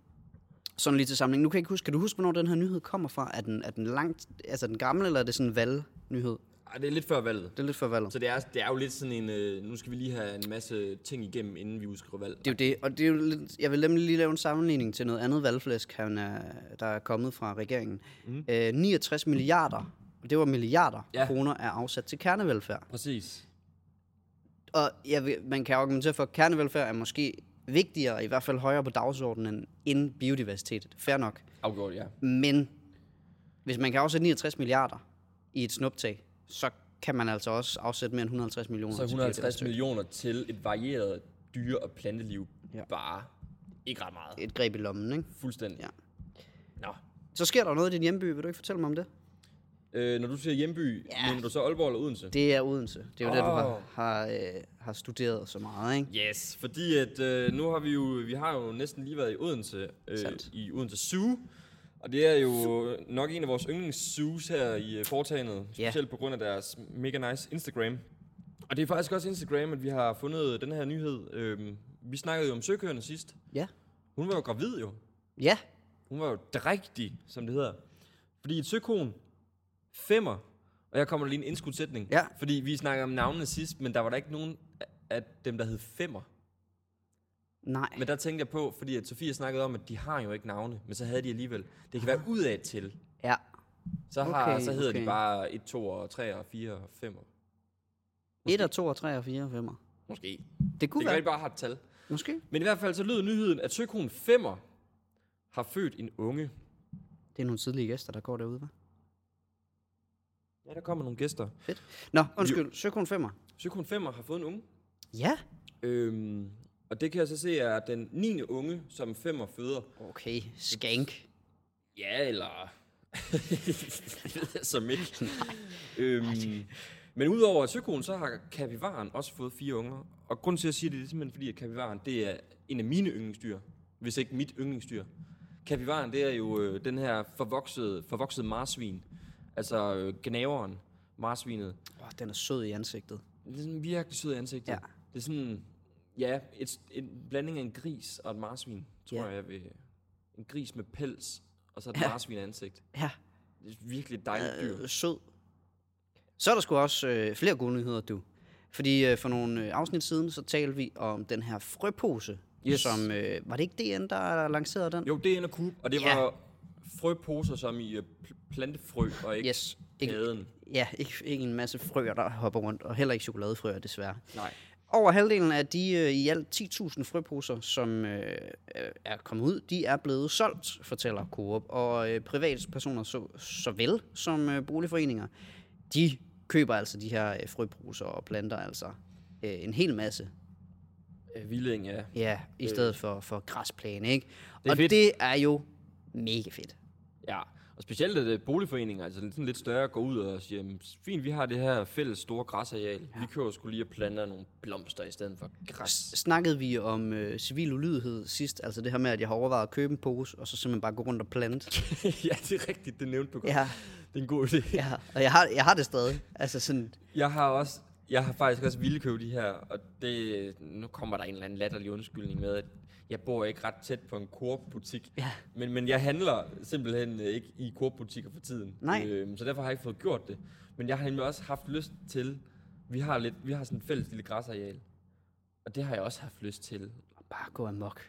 Speaker 2: sådan lige til samling, nu kan jeg ikke huske, kan du huske, hvornår den her nyhed kommer fra? Er den, er den langt, altså er den gamle, eller er det sådan en valgnyhed?
Speaker 1: Ej, det er lidt før valget.
Speaker 2: Det er lidt for valget.
Speaker 1: Så det er, det er jo lidt sådan en, øh, nu skal vi lige have en masse ting igennem, inden vi udskriver valg.
Speaker 2: Det er jo det, og det er jo lidt, jeg vil nemlig lige lave en sammenligning til noget andet valgflæsk, han er, der er kommet fra regeringen. Mm. Øh, 69 milliarder, og det var milliarder ja.
Speaker 1: Mhm. Ja.
Speaker 2: kroner, er afsat til kernevelfærd.
Speaker 1: Præcis.
Speaker 2: Og jeg vil, man kan argumentere for, at kernevelfærd er måske vigtigere, i hvert fald højere på dagsordenen, end biodiversitet. Fair nok.
Speaker 1: Afgjort, ja.
Speaker 2: Men hvis man kan afsætte 69 milliarder i et snuptag, så kan man altså også afsætte mere end 150 millioner.
Speaker 1: Så
Speaker 2: til
Speaker 1: 150
Speaker 2: biodiversitet.
Speaker 1: millioner til et varieret dyre- og planteliv.
Speaker 2: Ja.
Speaker 1: Ja. Bare ikke ret meget.
Speaker 2: Et greb i lommen, ikke?
Speaker 1: Fuldstændig.
Speaker 2: Ja.
Speaker 1: Nå.
Speaker 2: Så sker der noget i din hjemby, vil du ikke fortælle mig om det?
Speaker 1: Øh, når du siger hjemby, ja. mener du så Aalborg eller Odense?
Speaker 2: Det er Odense. Det er jo oh. det, du har,
Speaker 1: Åh.
Speaker 2: har, øh, har studeret så meget, ikke?
Speaker 1: Yes, fordi at øh, nu har vi jo vi har jo næsten lige været i Odense øh,
Speaker 2: Sandt.
Speaker 1: i Odense Zoo. Og det er jo nok en af vores yndlingszoos her i øh, foretagendet,
Speaker 2: Ja.
Speaker 1: specielt på grund af deres mega nice Instagram. Og det er faktisk også Instagram, at vi har fundet den her nyhed. Øhm, vi snakkede jo om søkøerne sidst.
Speaker 2: Ja.
Speaker 1: Hun var jo gravid jo.
Speaker 2: Ja.
Speaker 1: Hun var jo drægtig, som det hedder. Fordi et søkon, femmer, og jeg kommer der lige en indskudsætning.
Speaker 2: Ja.
Speaker 1: Fordi vi snakkede om navnene sidst, men der var der ikke nogen af- af dem, der hed femmer.
Speaker 2: Nej.
Speaker 1: Men der tænkte jeg på, fordi at Sofie snakkede om, at de har jo ikke navne, men så havde de alligevel. Det kan være udad til.
Speaker 2: Ja.
Speaker 1: Så, har,
Speaker 2: Okay,
Speaker 1: så hedder
Speaker 2: okay.
Speaker 1: de bare 1, 2, og 3, og 4, og 5. Måske.
Speaker 2: 1 og 2 og 3 og 4 og 5.
Speaker 1: Måske. Det
Speaker 2: Det kunne
Speaker 1: kan være,
Speaker 2: være.
Speaker 1: de bare har et tal.
Speaker 2: Måske.
Speaker 1: Men i hvert fald så lyder nyheden, at søkonen 5 har født en unge.
Speaker 2: Det er nogle tidlige gæster, der går derude, hva'?
Speaker 1: Ja, der kommer nogle gæster.
Speaker 2: Fedt. Nå, undskyld. Søkron 5.
Speaker 1: Søkonen 5 har fået en unge.
Speaker 2: Ja.
Speaker 1: Øhm, og det kan jeg så se er den 9. unge, som 5 føder.
Speaker 2: Okay. Skank.
Speaker 1: Ja, eller... [LAUGHS] det ved jeg som ikke. øhm, men udover søkonen, så har kapivaren også fået fire unger. Og grund til, at jeg siger det, det er simpelthen fordi, at kapivaren, det er en af mine yndlingsdyr. Hvis ikke mit yndlingsdyr. Kapivaren, det er jo øh, den her forvoksede, forvoksede marsvin. Altså øh, gnaveren, marsvinet.
Speaker 2: Åh, oh, den er sød i ansigtet.
Speaker 1: Det er sådan virkelig sød i ansigtet.
Speaker 2: Ja.
Speaker 1: Det er sådan, ja, et, en blanding af en gris og et marsvin, tror
Speaker 2: Ja.
Speaker 1: jeg, jeg vil. En gris med pels, og så et
Speaker 2: Ja.
Speaker 1: ja. marsvin ansigt.
Speaker 2: Ja.
Speaker 1: Det er virkelig et dejligt dyr.
Speaker 2: øh, sød. Så er der sgu også øh, flere gode nyheder, du. Fordi øh, for nogle øh, afsnit siden, så talte vi om den her frøpose, yes.
Speaker 1: Yes.
Speaker 2: som, øh, var det ikke DN, der lancerede den?
Speaker 1: Jo, det er en af Coop, og det
Speaker 2: Ja.
Speaker 1: ja. var frøposer som i øh, pl- plantefrø, og ikke Øh.
Speaker 2: Yes.
Speaker 1: yes.
Speaker 2: Ikke-
Speaker 1: kæden.
Speaker 2: Ja, ikke, ikke en masse frøer, der hopper rundt, og heller ikke chokoladefrøer, desværre.
Speaker 1: Nej.
Speaker 2: Over halvdelen af de øh, i alt 10.000 frøposer, som øh, øh, er kommet ud, de er blevet solgt, fortæller Coop. Og øh, privatpersoner så, såvel som øh, boligforeninger, de køber altså de her øh, frøposer og planter altså øh, en hel masse.
Speaker 1: Øh, Vilding, ja.
Speaker 2: Ja, i stedet for, for græsplæne, ikke? Det
Speaker 1: er
Speaker 2: og
Speaker 1: fedt.
Speaker 2: det er jo mega fedt.
Speaker 1: Ja, og specielt at øh, boligforeninger, altså sådan lidt større, går ud og siger, "Jamen, fint, vi har det her fælles store græsareal. Ja. Vi kører skulle lige og planter nogle blomster i stedet for [LAUGHS] græs.
Speaker 2: Snakkede vi om øh, civil ulydighed sidst, altså det her med, at jeg har overvejet at købe en pose, og så simpelthen bare gå rundt og plante.
Speaker 1: ja, det er rigtigt, det nævnte du godt.
Speaker 2: Ja.
Speaker 1: Det er en god idé.
Speaker 2: ja, og jeg har, jeg har det stadig. Altså sådan,
Speaker 1: Jeg har også, jeg har faktisk også ville købe de her, og det, nu kommer der en eller anden latterlig undskyldning med, at jeg bor ikke ret tæt på en Coop-butik.
Speaker 2: Ja.
Speaker 1: Men, men jeg handler simpelthen øh, ikke i Coop-butikker for tiden.
Speaker 2: Nej.
Speaker 1: Øhm, så derfor har jeg ikke fået gjort det. Men jeg har nemlig også haft lyst til Vi har, lidt, vi har sådan et fælles lille græsareal. Og det har jeg også haft lyst til.
Speaker 2: Bare gå amok.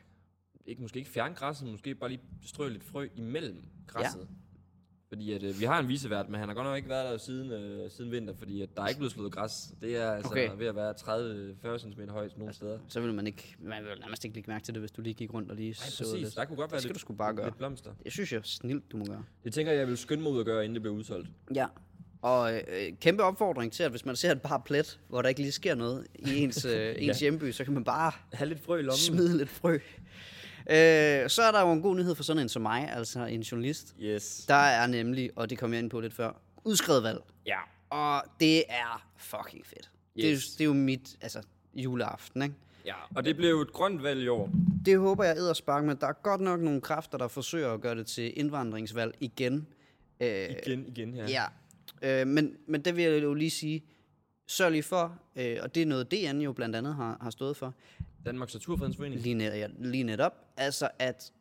Speaker 1: Ikke, måske ikke fjerne græsset, men måske bare lige strø lidt frø imellem græsset. Ja. Fordi at, øh, vi har en visevært, men han har godt nok ikke været der siden, øh, siden vinter, fordi at der er ikke blevet slået græs. Det er altså
Speaker 2: Okay.
Speaker 1: okay. ved at være 30-40 cm højt nogle steder.
Speaker 2: Så vil man ikke, man vil nærmest ikke lægge mærke til det, hvis du lige gik rundt og lige
Speaker 1: Ej,
Speaker 2: så
Speaker 1: præcis.
Speaker 2: lidt.
Speaker 1: Der kunne godt være
Speaker 2: Det skal
Speaker 1: lidt,
Speaker 2: du sgu bare gøre.
Speaker 1: lidt blomster.
Speaker 2: Det synes jeg er snilt, du må gøre.
Speaker 1: Det tænker jeg, jeg vil skynde mig ud at gøre, inden det bliver udsolgt.
Speaker 2: Ja. Og øh, øh, kæmpe opfordring til, at hvis man ser et par plet, hvor der ikke lige sker noget i
Speaker 1: [LAUGHS]
Speaker 2: ens, øh, ens hjemby, så kan man bare
Speaker 1: Have lidt frø i lommen.
Speaker 2: smide lidt frø. Øh, så er der jo en god nyhed for sådan en som mig, altså en journalist.
Speaker 1: Yes.
Speaker 2: Der er nemlig, og det kom jeg ind på lidt før, udskrevet valg.
Speaker 1: Ja.
Speaker 2: Og det er fucking fedt. Yes. Det, er, jo-
Speaker 1: Yes.
Speaker 2: det er jo mit altså, juleaften, ikke?
Speaker 1: ja. Og det blev jo et grønt valg i år.
Speaker 2: Det håber jeg æder spark, men der er godt nok nogle kræfter, der forsøger at gøre det til indvandringsvalg igen. Øh,
Speaker 1: Igen, igen her.
Speaker 2: Ja, øh, men, men det vil jeg jo lige sige, sørg lige for, øh, og det er noget DN jo blandt andet har, har stået for,
Speaker 1: Danmarks Naturfredensforening.
Speaker 2: lige, net, ja, lige netop, altså at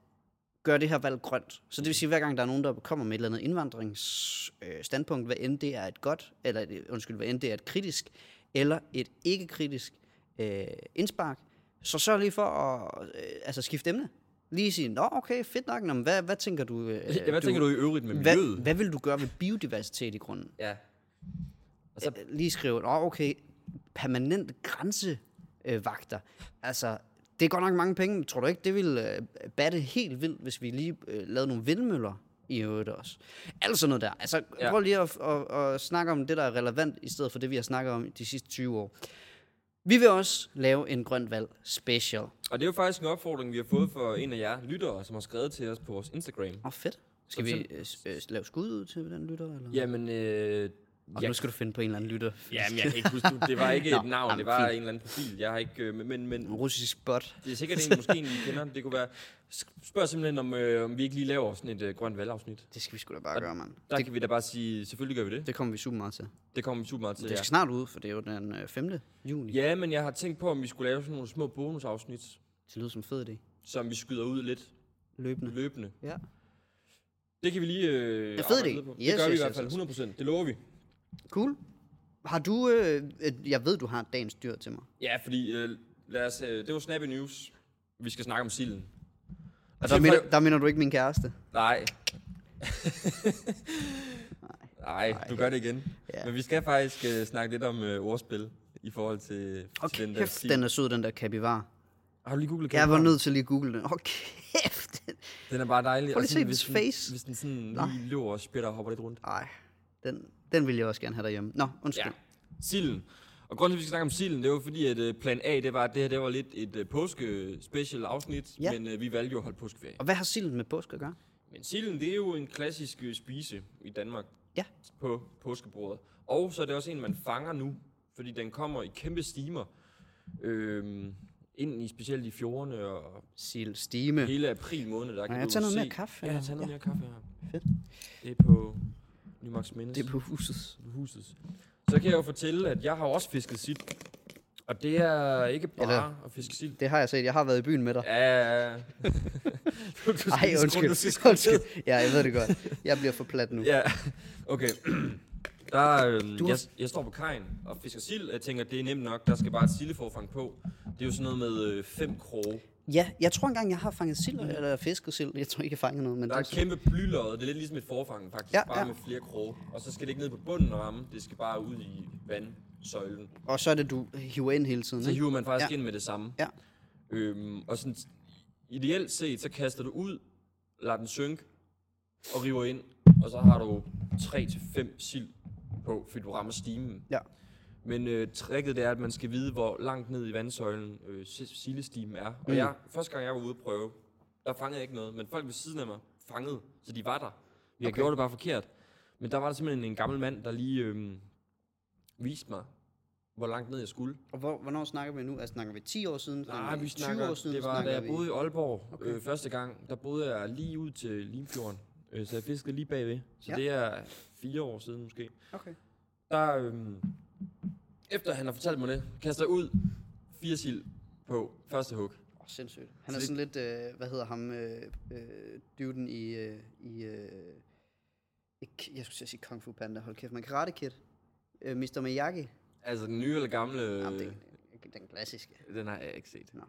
Speaker 2: gøre det her valg grønt. Så det vil sige, hver gang der er nogen, der kommer med et eller andet indvandringsstandpunkt, øh, standpunkt, hvad end det er et godt, eller et- undskyld, hvad end det er et kritisk, eller et ikke-kritisk øh, indspark, så sørg lige for at øh, altså skifte emne. Lige sige, nå okay, fedt nok, nå, men hvad, hvad tænker du? Øh,
Speaker 1: Ja, hvad tænker du i øvrigt med miljøet?
Speaker 2: hvad, hvad vil du gøre ved biodiversitet i grunden?
Speaker 1: Ja. Og
Speaker 2: så
Speaker 1: så,
Speaker 2: lige skrive, åh okay, permanent grænsevagter. Altså, det er godt nok mange penge, men tror du ikke, det ville øh, batte helt vildt, hvis vi lige øh, lavede nogle vindmøller i øvrigt også? Alt sådan noget der. Altså, ja.
Speaker 1: Ja.
Speaker 2: prøv lige at, at, at snakke om det, der er relevant, i stedet for det, vi har snakket om de sidste 20 år. Vi vil også lave en grønt valg special. Åh,
Speaker 1: og det er jo faktisk en opfordring, vi har fået fra en af jer lyttere, som har skrevet til os på vores Instagram.
Speaker 2: oh, fedt. Skal vi øh, s- øh, lave skud ud til den lytter? Eller?
Speaker 1: Jamen, øh,
Speaker 2: Og
Speaker 1: jeg,
Speaker 2: nu skal du finde på en eller anden lytter.
Speaker 1: jamen, jeg kan ikke huske, du- det var ikke
Speaker 2: Nå,
Speaker 1: et navn,
Speaker 2: jamen,
Speaker 1: det var
Speaker 2: fint.
Speaker 1: en eller anden profil. Jeg har ikke, øh, men, men
Speaker 2: En [LAUGHS] russisk bot.
Speaker 1: det er sikkert en, måske en, I kender. Det kunne være, sk- spørg simpelthen, om, øh, om vi ikke lige laver sådan et øh, grønt valgafsnit.
Speaker 2: Det skal vi sgu da bare gøre, mand.
Speaker 1: Der
Speaker 2: Det,
Speaker 1: kan vi da bare sige, selvfølgelig gør vi det.
Speaker 2: det kommer vi super meget til.
Speaker 1: Det kommer vi super meget til.
Speaker 2: Det
Speaker 1: ja.
Speaker 2: skal snart ud, for det er jo den øh, 5. juni.
Speaker 1: Ja, men jeg har tænkt på, om vi skulle lave sådan nogle små bonusafsnit,
Speaker 2: Det lyder som en fed idé.
Speaker 1: som vi skyder ud lidt
Speaker 2: Løbende.
Speaker 1: løbende.
Speaker 2: Ja.
Speaker 1: Det kan vi lige øh,
Speaker 2: er fed
Speaker 1: arbejde
Speaker 2: idé.
Speaker 1: videre på.
Speaker 2: Yes,
Speaker 1: det gør vi
Speaker 2: yes,
Speaker 1: i hvert
Speaker 2: yes,
Speaker 1: fald
Speaker 2: yes.
Speaker 1: 100%. Det lover vi.
Speaker 2: Cool. Har du... Øh, øh, jeg ved, du har dagens dyr til mig.
Speaker 1: Ja, fordi øh, lad os, øh, det var Snappy News. Vi skal snakke om silden.
Speaker 2: Og der, minder, der minder du ikke min kæreste.
Speaker 1: Nej. [LAUGHS] Nej, du gør det igen.
Speaker 2: Ja.
Speaker 1: Men vi skal faktisk øh, snakke lidt om øh, ordspil i forhold til,
Speaker 2: Og
Speaker 1: til den
Speaker 2: kæft,
Speaker 1: der
Speaker 2: den,
Speaker 1: sild.
Speaker 2: er sød, den der kapivar.
Speaker 1: Har du lige googlet
Speaker 2: Jeg var
Speaker 1: Kæmper?
Speaker 2: nødt til lige at google den. Åh, kæft. den-
Speaker 1: Den er bare dejlig.
Speaker 2: Prøv
Speaker 1: Og
Speaker 2: lige at se
Speaker 1: sådan,
Speaker 2: dens
Speaker 1: hvis den-
Speaker 2: face.
Speaker 1: Hvis den sådan lige løber og spytter og hopper lidt rundt.
Speaker 2: Ej, den, den vil jeg også gerne have derhjemme. Nå, undskyld.
Speaker 1: Ja,
Speaker 2: Ja.
Speaker 1: silden. Og grunden til, at vi skal snakke om silden, det var fordi, at øh, plan A, det var, at det her det var lidt et øh, påske-special afsnit,
Speaker 2: Ja.
Speaker 1: ja. men øh, vi valgte jo at holde påskeferie.
Speaker 2: Og hvad har silden med påske at gøre?
Speaker 1: Men silden, det er jo en klassisk øh, spise i Danmark
Speaker 2: Ja.
Speaker 1: på påskebordet. Og så er det også en, man fanger nu, fordi den kommer i kæmpe stimer øh, ind i specielt i fjordene og
Speaker 2: Sild, stime.
Speaker 1: hele april måned. Der kan
Speaker 2: jeg
Speaker 1: du
Speaker 2: tager noget
Speaker 1: se-
Speaker 2: mere kaffe,
Speaker 1: Ja,
Speaker 2: eller?
Speaker 1: jeg tager noget mere kaffe her.
Speaker 2: Fedt.
Speaker 1: Det er på Nymarks Mindes
Speaker 2: Det er på huset.
Speaker 1: huset. Så kan jeg jo fortælle, at jeg har jo også fisket sild. Og det er ikke bare
Speaker 2: Eller-
Speaker 1: Eller... at fiske sild.
Speaker 2: Det har jeg set. Jeg har været i byen med dig.
Speaker 1: Ja, ja, [LAUGHS] ja. du, du skal
Speaker 2: Ej,
Speaker 1: lige skrue-
Speaker 2: undskyld.
Speaker 1: du skal skrue ned.
Speaker 2: undskyld. Ja, jeg ved det godt. Jeg bliver for plat nu.
Speaker 1: Ja, okay. [CLEARS THROAT] Der, øhm,
Speaker 2: Du har-
Speaker 1: jeg, jeg står på kajen og fisker sild, og jeg tænker, det er nemt nok. Der skal bare et sildeforfang på. Det er jo sådan noget med øh, fem kroge.
Speaker 2: Ja, jeg tror engang, jeg har fanget sild, eller fisket sild. Jeg tror ikke, jeg fangede noget, men
Speaker 1: Mm. Der er
Speaker 2: det,
Speaker 1: et kæmpe blylod, det er lidt ligesom et forfang faktisk,
Speaker 2: Ja,
Speaker 1: ja, bare
Speaker 2: ja.
Speaker 1: ja. med flere kroge. Og så skal det ikke ned på bunden og ramme, det skal bare ud i vandsøjlen.
Speaker 2: Og så er det, du hiver ind hele tiden,
Speaker 1: Så
Speaker 2: ikke?
Speaker 1: hiver man faktisk
Speaker 2: Mm. Ja.
Speaker 1: ja. ind med det samme.
Speaker 2: Ja.
Speaker 1: Øhm, og sådan, ideelt set, så kaster du ud, lader den synke, og river ind, og så har du 3-5 sild på, fordi du rammer stimen.
Speaker 2: Ja.
Speaker 1: Men øh, tricket det er, at man skal vide, hvor langt ned i vandsøjlen øh, si- sildestimen er. Og
Speaker 2: Mm.
Speaker 1: jeg, første gang jeg var ude at prøve, der fangede jeg ikke noget, men folk ved siden af mig fangede, så de var der. Jeg
Speaker 2: Okay.
Speaker 1: okay. gjorde det bare forkert. Men der var der simpelthen en gammel mand, der lige øh, viste mig, hvor langt ned jeg skulle.
Speaker 2: Og hvor, hvornår snakker vi nu? Altså, snakker vi 10 år siden?
Speaker 1: Nej, Ah, vi
Speaker 2: 20
Speaker 1: snakker,
Speaker 2: år siden?
Speaker 1: det var da
Speaker 2: snakker
Speaker 1: jeg
Speaker 2: vi-
Speaker 1: boede i Aalborg øh, første gang, der boede jeg lige ud til Limfjorden, øh, så jeg fiskede lige bagved. Så
Speaker 2: Ja.
Speaker 1: ja. det er fire år siden måske.
Speaker 2: Okay.
Speaker 1: Der, øh, efter han har fortalt mig det, kaster jeg ud fire sild på første hug.
Speaker 2: Åh, sindssygt. Han er
Speaker 1: Så det-
Speaker 2: sådan lidt, øh, hvad hedder ham, øh, øh, dyvden i, øh, i øh, ikke, jeg skulle til at sige Kung Fu Panda, hold kæft, men Karate Kid. Øh, Mr. Miyagi.
Speaker 1: Altså den nye eller gamle? øh,
Speaker 2: Jamen, den, den klassiske.
Speaker 1: Den har jeg ikke set.
Speaker 2: Nå,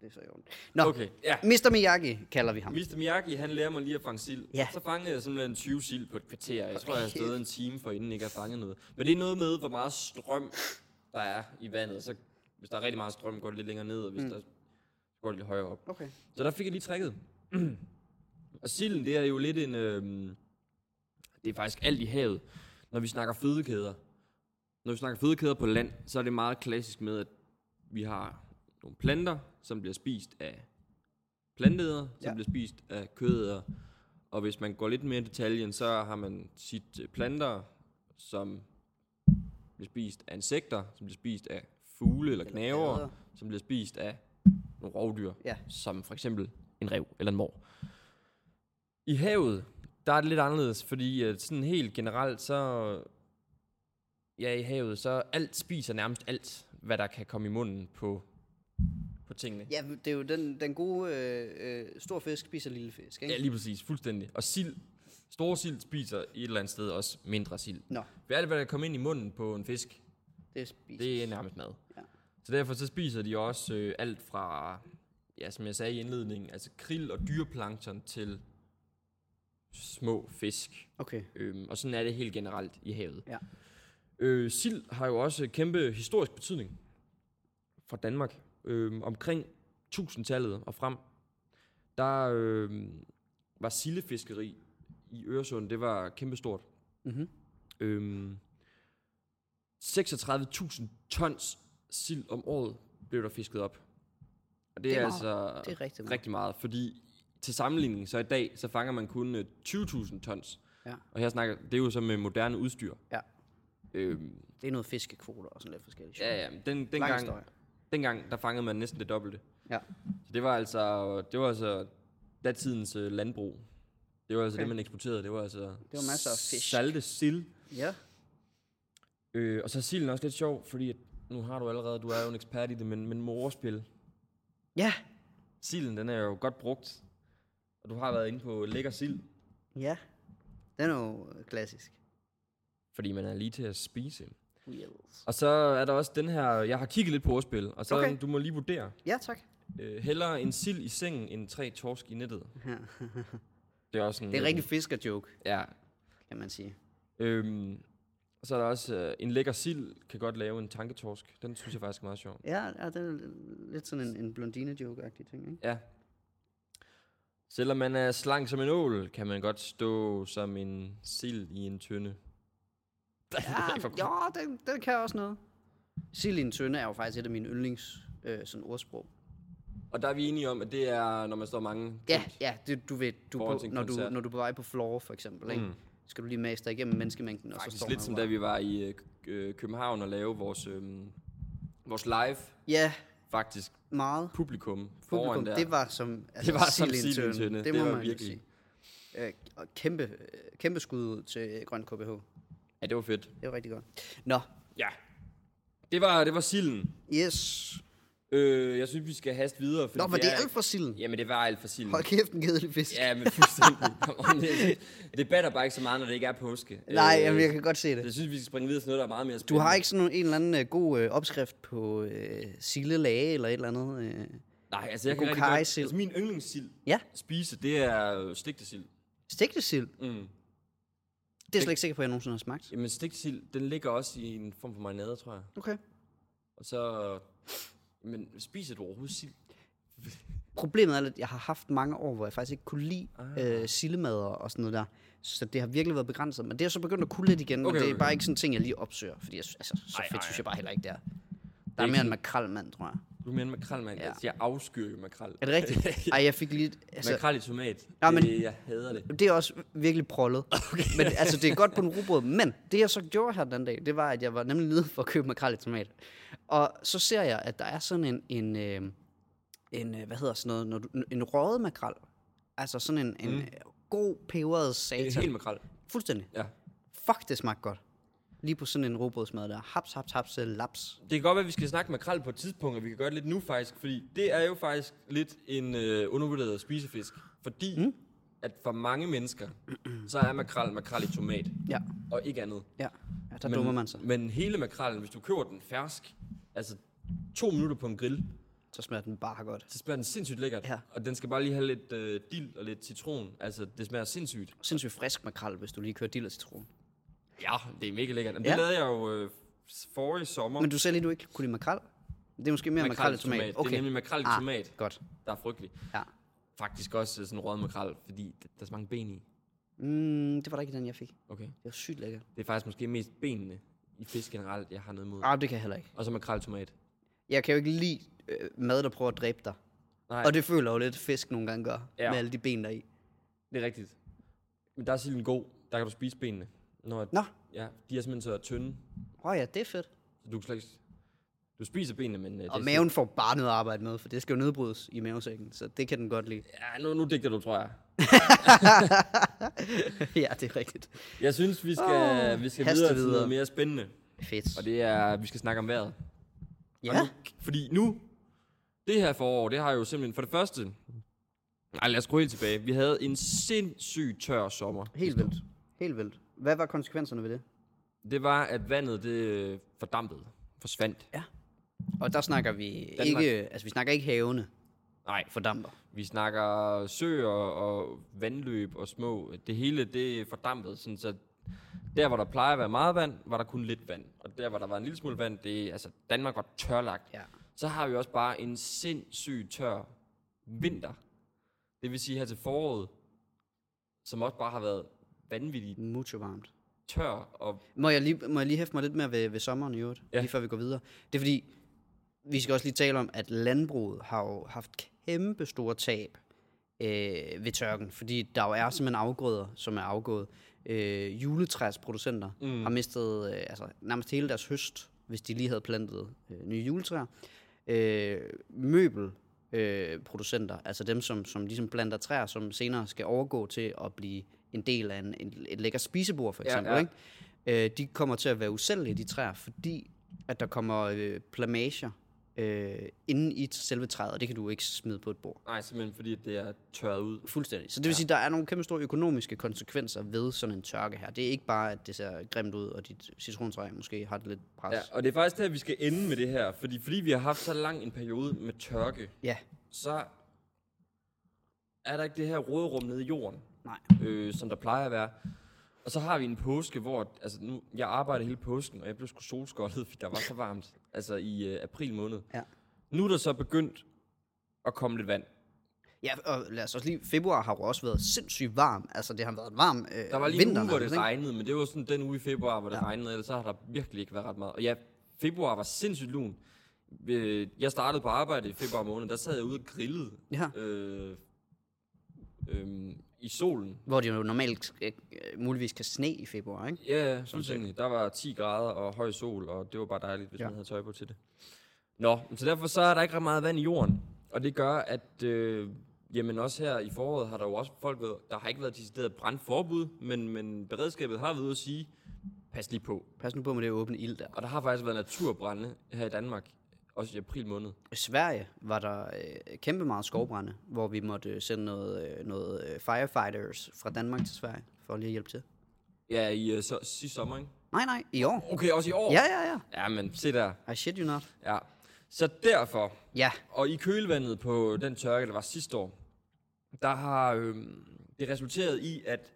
Speaker 2: det er så i orden. Nå, okay.
Speaker 1: Okay, ja.
Speaker 2: Mr. Miyagi kalder vi ham.
Speaker 1: Mr. Miyagi, han lærer mig lige at fange sild.
Speaker 2: Ja.
Speaker 1: Så fangede jeg simpelthen 20 sild på et kvarter. Jeg tror, jeg har
Speaker 2: kæft.
Speaker 1: stået en time for inden ikke har fanget noget. Men det er noget med, hvor meget strøm der er i vandet. Så hvis der er rigtig meget strøm, går det lidt længere ned, og hvis mm. der går det lidt højere op.
Speaker 2: Okay.
Speaker 1: Så der fik jeg lige trækket. [CLEARS THROAT] og silden, det er jo lidt en... Øhm, det er faktisk alt i havet, når vi snakker fødekæder. Når vi snakker fødekæder på land, så er det meget klassisk med, at vi har nogle planter, som bliver spist af planteæder, som
Speaker 2: Ja.
Speaker 1: bliver spist af kødæder. Og hvis man går lidt mere i detaljen, så har man sit øh, planter, som bliver spist af insekter, som bliver spist af fugle eller
Speaker 2: padder.
Speaker 1: knaver, som bliver spist af nogle rovdyr,
Speaker 2: Ja.
Speaker 1: som for eksempel en rev eller en mor. I havet, der er det lidt anderledes, fordi øh, sådan helt generelt, så ja, i havet, så alt spiser nærmest alt, hvad der kan komme i munden på, på tingene.
Speaker 2: Ja, det er jo den, den gode øh, øh, stor fisk spiser lille fisk, ikke?
Speaker 1: Ja, lige præcis, fuldstændig. Og sild, store sild spiser i et eller andet sted også mindre sild.
Speaker 2: Nå,
Speaker 1: Hvad er det, hvad der kommer ind i munden på en fisk?
Speaker 2: det er spiser.
Speaker 1: Det er nærmest mad.
Speaker 2: Ja.
Speaker 1: Så derfor så spiser de også øh, alt fra, ja, som jeg sagde i indledningen, altså krill og dyreplankton til små fisk.
Speaker 2: Okay.
Speaker 1: Øhm, og sådan er det helt generelt i havet.
Speaker 2: Ja.
Speaker 1: Øh, sild har jo også kæmpe historisk betydning for Danmark. Øhm, omkring 1000-tallet og frem, der øhm, var sildefiskeri i Øresund, det var kæmpestort.
Speaker 2: Mm-hmm.
Speaker 1: Øhm, 36.000 tons sild om året blev der fisket op. Og det,
Speaker 2: Det
Speaker 1: det
Speaker 2: er
Speaker 1: er,
Speaker 2: meget.
Speaker 1: altså
Speaker 2: Det er rigtig meget.
Speaker 1: rigtig meget, fordi til sammenligning, så i dag, så fanger man kun øh, 20.000 tons.
Speaker 2: Ja.
Speaker 1: Og her snakker, det er jo så med moderne udstyr.
Speaker 2: Ja.
Speaker 1: Øhm,
Speaker 2: Det er noget fiskekvoter og sådan lidt forskelligt.
Speaker 1: ja, ja, men den,
Speaker 2: Lang
Speaker 1: dengang,
Speaker 2: historie.
Speaker 1: dengang, der fangede man næsten det dobbelte.
Speaker 2: Ja.
Speaker 1: Så det var altså, det var altså datidens øh, landbrug. Det var altså
Speaker 2: Okay.
Speaker 1: det, man eksporterede. Det var altså det
Speaker 2: var masser af fisk.
Speaker 1: salte sild.
Speaker 2: Ja.
Speaker 1: Øh, og så er silden også lidt sjov, fordi at, nu har du allerede, du er jo en ekspert i det, men, men morspil.
Speaker 2: Ja.
Speaker 1: Silden, den er jo godt brugt. Og du har været inde på lækker sild,
Speaker 2: Ja. Den er jo øh, klassisk.
Speaker 1: fordi man er lige til at spise.
Speaker 2: Wheels.
Speaker 1: Og så er der også den her, jeg har kigget lidt på ordspil, og så
Speaker 2: Okay.
Speaker 1: okay. du må lige vurdere.
Speaker 2: Ja, tak.
Speaker 1: Øh, hellere en sild i sengen, end tre torsk i nettet. Det er også en,
Speaker 2: Det er rigtig fiskerjoke,
Speaker 1: Ja.
Speaker 2: kan man sige.
Speaker 1: Øhm, og så er der også, øh, en lækker sild kan godt lave en tanketorsk. Den synes jeg faktisk er meget sjov.
Speaker 2: Ja, ja det er lidt sådan en, en blondine-joke-agtig ting, ikke?
Speaker 1: Ja. Selvom man er slank som en ål, kan man godt stå som en sild i en tønde.
Speaker 2: Ja, jo, den, den kan også noget. Sild i en tønde er jo faktisk et af mine yndlings øh, sådan ordsprog.
Speaker 1: Og der er vi enige om, at det er, når man står mange.
Speaker 2: Ja, ja, det, du ved, du er
Speaker 1: Foran
Speaker 2: på,
Speaker 1: til en
Speaker 2: når, du,
Speaker 1: koncert.
Speaker 2: når du er på vej på floor, for eksempel, ikke? Mm.
Speaker 1: Mm.
Speaker 2: skal du lige mase dig igennem menneskemængden, og så
Speaker 1: Faktisk
Speaker 2: står
Speaker 1: lidt
Speaker 2: man
Speaker 1: som
Speaker 2: bare-
Speaker 1: da vi var i øh, K- øh, København og lave vores, øh, vores live,
Speaker 2: Ja,
Speaker 1: faktisk
Speaker 2: meget.
Speaker 1: publikum, foran
Speaker 2: Publikum,
Speaker 1: der.
Speaker 2: det var som, altså,
Speaker 1: var som
Speaker 2: sild i en
Speaker 1: sild i en
Speaker 2: tønde.
Speaker 1: tønde.
Speaker 2: Det,
Speaker 1: Det
Speaker 2: må
Speaker 1: var
Speaker 2: man jo
Speaker 1: virkelig-
Speaker 2: sige. Øh, og kæmpe, øh, kæmpe skud ud til øh, Grøn KBH.
Speaker 1: Ja, det var fedt.
Speaker 2: Det var rigtig godt. Nå,
Speaker 1: Ja. Det var, det var silden.
Speaker 2: yes.
Speaker 1: Øh, jeg synes, vi skal haste videre. Fordi
Speaker 2: Nå, var det alt for silden?
Speaker 1: Jamen, det var alt for silden.
Speaker 2: Hold kæft, en kedelig fisk.
Speaker 1: Ja, men fuldstændig. Come on, det, det batter bare ikke så meget, når det ikke er påske.
Speaker 2: Nej,
Speaker 1: Øh,
Speaker 2: jamen, jeg kan godt se det.
Speaker 1: Jeg synes, vi skal springe videre til noget, der er meget mere
Speaker 2: Du
Speaker 1: spændende.
Speaker 2: har ikke sådan en, en eller anden øh, god øh, opskrift på øh, sillelage eller et eller andet? Øh.
Speaker 1: Nej, altså jeg
Speaker 2: god
Speaker 1: kan rigtig godt...
Speaker 2: karrysild.
Speaker 1: Altså, min yndlingssild
Speaker 2: Ja,
Speaker 1: spise, det er øh, stigtesild.
Speaker 2: stegte sild.
Speaker 1: Mm.
Speaker 2: Det er jeg slet ikke sikker på, at jeg nogensinde har smagt.
Speaker 1: Jamen stigtesild, den ligger også i en form for marinade, tror jeg.
Speaker 2: Okay.
Speaker 1: Og så... Men spiser du overhovedet sild?
Speaker 2: Problemet er lidt, at jeg har haft mange år, hvor jeg faktisk ikke kunne lide
Speaker 1: Ah.
Speaker 2: øh, sillemader og sådan noget der. Så det har virkelig været begrænset. Men det er så begyndt at kunne lidt igen, okay,
Speaker 1: Okay,
Speaker 2: men det er
Speaker 1: okay.
Speaker 2: bare ikke sådan en ting, jeg lige opsøger. Fordi jeg, sy- altså, så
Speaker 1: Ej,
Speaker 2: fedt
Speaker 1: ej,
Speaker 2: synes jeg bare heller ikke, det er. Der er
Speaker 1: ikke
Speaker 2: mere en
Speaker 1: sådan-
Speaker 2: makrelmand, tror jeg.
Speaker 1: Du mener makrel, mand.
Speaker 2: Ja.
Speaker 1: Ja. Altså, jeg afskyr jo makrel. [LAUGHS]
Speaker 2: Er det rigtigt? Ej, jeg fik lige...
Speaker 1: Altså,
Speaker 2: Altså,
Speaker 1: makrel i tomat.
Speaker 2: Nå,
Speaker 1: Ja,
Speaker 2: men-
Speaker 1: men... det, jeg hader det.
Speaker 2: det er også virkelig prollet. Okay. Men altså, det er godt på en rugbrød. Men det, jeg så gjorde her den anden dag, det var, at jeg var nemlig nede for at købe makrel i tomat. Og så ser jeg, at der er sådan en... en, øh, en øh, hvad hedder sådan noget? Når du, en røget makrel. Altså sådan en, en øh, god peberet
Speaker 1: Mm. Det
Speaker 2: satan.
Speaker 1: er helt makrel.
Speaker 2: Fuldstændig.
Speaker 1: Ja.
Speaker 2: Fuck, det smagte godt. Lige på sådan en robrødsmad der. Haps, haps, haps, øh, laps.
Speaker 1: Det kan godt være, at vi skal snakke makrel på et tidspunkt, og vi kan gøre det lidt nu faktisk, fordi det er jo faktisk lidt en øh, undervurderet spisefisk. Fordi mm. at for mange mennesker, så er makrel makrel i tomat,
Speaker 2: Ja,
Speaker 1: og ikke andet.
Speaker 2: ja. ja der dummer man sig.
Speaker 1: Men hele makrallen, hvis du køber den fersk, altså to minutter på en grill,
Speaker 2: Så smager den bare godt.
Speaker 1: så smager den sindssygt lækkert.
Speaker 2: Ja.
Speaker 1: Og den skal bare lige have lidt øh, dild og lidt citron. Altså, det smager sindssygt.
Speaker 2: Sindssygt frisk makrel, hvis du lige kører dild og citron.
Speaker 1: Ja, det er mega lækkert. Men
Speaker 2: Ja.
Speaker 1: Det lavede jeg jo øh, forrige sommer.
Speaker 2: Men du sagde lige, du ikke kunne lide makrel. Det er måske mere makrel i tomat.
Speaker 1: Okay. Det er nemlig makrel i
Speaker 2: Ah.
Speaker 1: tomat,
Speaker 2: Godt.
Speaker 1: der er frygtelig.
Speaker 2: Ja.
Speaker 1: Faktisk også øh, sådan rød makrel, fordi d- der er så mange ben i.
Speaker 2: Mm, det var da ikke den, jeg fik.
Speaker 1: Okay.
Speaker 2: Det var sygt lækkert.
Speaker 1: Det er faktisk måske mest benene i fisk generelt, jeg har noget mod.
Speaker 2: Ah, det kan jeg heller ikke.
Speaker 1: Og så makrel i tomat.
Speaker 2: Jeg kan jo ikke lide øh, mad, der prøver at dræbe dig.
Speaker 1: Nej,
Speaker 2: Og det føler jeg jo lidt, fisk nogle gange gør.
Speaker 1: Ja.
Speaker 2: Ja. Med alle de ben der i.
Speaker 1: det er rigtigt. Men der er silden god. Der kan du spise benene. Når,
Speaker 2: Nå,
Speaker 1: ja, de er simpelthen så tynde,
Speaker 2: åh ja, det er fedt.
Speaker 1: så du kan slet ikke... Du spiser benene, men... øh, det
Speaker 2: Og
Speaker 1: er
Speaker 2: maven får bare noget at arbejde med, for det skal jo nedbrydes i mavesækken, så det kan den
Speaker 1: [LAUGHS]
Speaker 2: godt lide.
Speaker 1: sådan- Ja, nu, nu digter du, tror jeg.
Speaker 2: ja, det er rigtigt.
Speaker 1: Jeg synes, vi skal, oh, vi skal
Speaker 2: haste
Speaker 1: videre til
Speaker 2: videre.
Speaker 1: noget mere spændende.
Speaker 2: Fedt.
Speaker 1: Og det er, vi skal snakke om vejret.
Speaker 2: Ja,
Speaker 1: Og nu, fordi nu, det her forår, det har jo simpelthen, for det første, nej lad os gå helt tilbage, vi havde en sindssygt tør sommer.
Speaker 2: helt vildt. Helt vildt. Hvad var konsekvenserne ved det?
Speaker 1: Det var, at vandet, det øh, fordampede, forsvandt.
Speaker 2: Og der snakker vi Danmark. ikke, altså vi snakker ikke havene
Speaker 1: Nej,
Speaker 2: for damper.
Speaker 1: vi snakker søer og vandløb og små, det hele, det fordampede, sådan så der, hvor der plejer at være meget vand, var der kun lidt vand. Og der, hvor der var en lille smule vand, det, altså Danmark var tørlagt.
Speaker 2: Ja.
Speaker 1: så har vi også bare en sindssygt tør vinter. Det vil sige her til foråret, som også bare har været vanvittigt
Speaker 2: Mucho varmt.
Speaker 1: tør. Og
Speaker 2: Må jeg lige, må jeg lige hæfte mig lidt mere ved, ved sommeren i øvrigt,
Speaker 1: Ja.
Speaker 2: ja. lige før vi går videre? Det er fordi, vi skal også lige tale om, at landbruget har jo haft kæmpe store tab øh, ved tørken, fordi der jo er simpelthen afgrøder, som er afgået. Øh, juletræsproducenter mm. har mistet øh, altså, nærmest hele deres høst, hvis de lige havde plantet øh, nye juletræer. Øh, møbel øh, producenter, altså dem, som, som ligesom planter træer, som senere skal overgå til at blive en del af en, en, et lækker spisebord, for
Speaker 1: Ja,
Speaker 2: eksempel.
Speaker 1: ja.
Speaker 2: Ikke? øh, de kommer til at være usælgelige, de træer, fordi at der kommer øh, plamager øh, inde i selve træet, og det kan du ikke smide på et bord.
Speaker 1: nej, simpelthen fordi at det er tørret ud.
Speaker 2: Fuldstændig. Så det vil ja. sige, at der er nogle kæmpe store økonomiske konsekvenser ved sådan en tørke her. Det er ikke bare, at det ser grimt ud, og dit citrontræ måske har det lidt pres.
Speaker 1: Ja, og det er faktisk der, vi skal ende med det her. Fordi, fordi vi har haft så lang en periode med tørke,
Speaker 2: ja.
Speaker 1: så er der ikke det her råderum nede i jorden,
Speaker 2: Nej.
Speaker 1: øh, som der plejer at være. Og så har vi en påske, hvor altså nu, jeg arbejder hele påsken, og jeg blev sgu solskoldet, fordi der var så varmt, altså i øh, april måned.
Speaker 2: Ja.
Speaker 1: Nu er der så begyndt at komme lidt vand.
Speaker 2: Ja, og lad os også lige... Februar har jo også været sindssygt varm. Altså, det har været en varm øh,
Speaker 1: Der var lige en
Speaker 2: vinter,
Speaker 1: uge, hvor det
Speaker 2: nærmest, ikke?
Speaker 1: regnede, men det var sådan den uge i februar, hvor det ja. regnede, ellers så har der virkelig ikke været ret meget. Og ja, februar var sindssygt lun. Øh, Jeg startede på arbejde i februar måned, der sad jeg ude og grillede
Speaker 2: Ja.
Speaker 1: øh, øh, i solen.
Speaker 2: Hvor det jo normalt øh, muligvis kan sne i februar, ikke?
Speaker 1: Ja, fuldstændig. Der var 10 grader og høj sol, og det var bare dejligt, hvis ja.
Speaker 2: Ja.
Speaker 1: man havde tøj på til det. Nå, så derfor så er der ikke ret meget vand i jorden, og det gør, at øh, jamen også her i foråret har der jo også folk, været, der har ikke været decideret brandforbud, men, men beredskabet har været ude at sige, pas lige på.
Speaker 2: Pas nu på med det åbne ild der.
Speaker 1: Og der har faktisk været naturbrænde her i Danmark, også i april måned.
Speaker 2: I Sverige var der øh, kæmpe meget skovbrænde, hvor vi måtte øh, sende noget, øh, noget øh, firefighters fra Danmark til Sverige, for lige at hjælpe til.
Speaker 1: Ja, i øh, så, sidste sommer, ikke?
Speaker 2: Nej, nej, i år.
Speaker 1: Okay, også i år?
Speaker 2: Ja, ja, ja.
Speaker 1: Ja, men se der.
Speaker 2: I shit you not.
Speaker 1: Ja. Så derfor,
Speaker 2: Ja,
Speaker 1: og i kølvandet på den tørke, der var sidste år, der har øh, det resulteret i, at,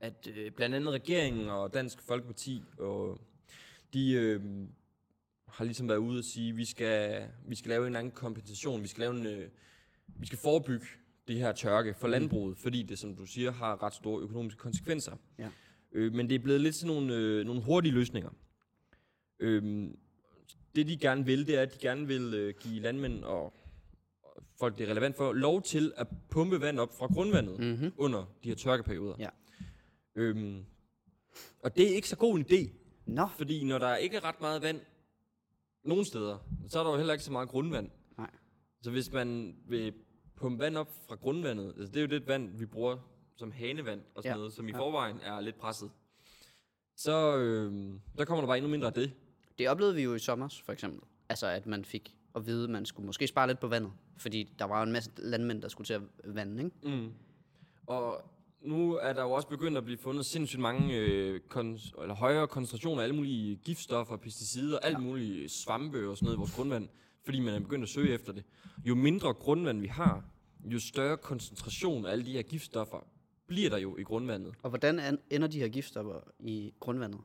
Speaker 1: at øh, blandt andet regeringen og Dansk Folkeparti, og de øh, har ligesom været ude og sige, at vi skal, vi skal lave en eller anden kompensation, vi skal, lave en, øh, vi skal forebygge det her tørke for landbruget, fordi det, som du siger, har ret store økonomiske konsekvenser.
Speaker 2: Ja.
Speaker 1: Øh, men det er blevet lidt sådan nogle, øh, nogle hurtige løsninger. Øh, det de gerne vil, det er, at de gerne vil øh, give landmænd og og folk, det er relevant for, lov til at pumpe vand op fra grundvandet mm-hmm. under de her tørkeperioder.
Speaker 2: Mhm. Ja.
Speaker 1: Øhm, og det er ikke så god en idé,
Speaker 2: nå,
Speaker 1: fordi når der ikke er ret meget vand nogen steder, så er der jo heller ikke så meget grundvand.
Speaker 2: Nej.
Speaker 1: Så hvis man vil pumpe vand op fra grundvandet, altså det er jo det vand, vi bruger som hanevand og sådan ja.
Speaker 2: Ja.
Speaker 1: noget, som i
Speaker 2: Ja.
Speaker 1: forvejen er lidt presset, så, øh, så kommer der bare endnu mindre af det.
Speaker 2: det oplevede vi jo i sommer, for eksempel. Altså, at man fik at vide, at man skulle måske spare lidt på vandet, fordi der var jo en masse landmænd, der skulle til at vande, ikke?
Speaker 1: Og nu er der jo også begyndt at blive fundet sindssygt mange øh, kon- eller højere koncentrationer af alle mulige giftstoffer, pesticider, alt muligt øh, svampe og sådan noget i vores grundvand, fordi man er begyndt at søge efter det. Jo mindre grundvand vi har, jo større koncentration af alle de her giftstoffer bliver der jo i grundvandet.
Speaker 2: Og hvordan an- ender de her giftstoffer i grundvandet?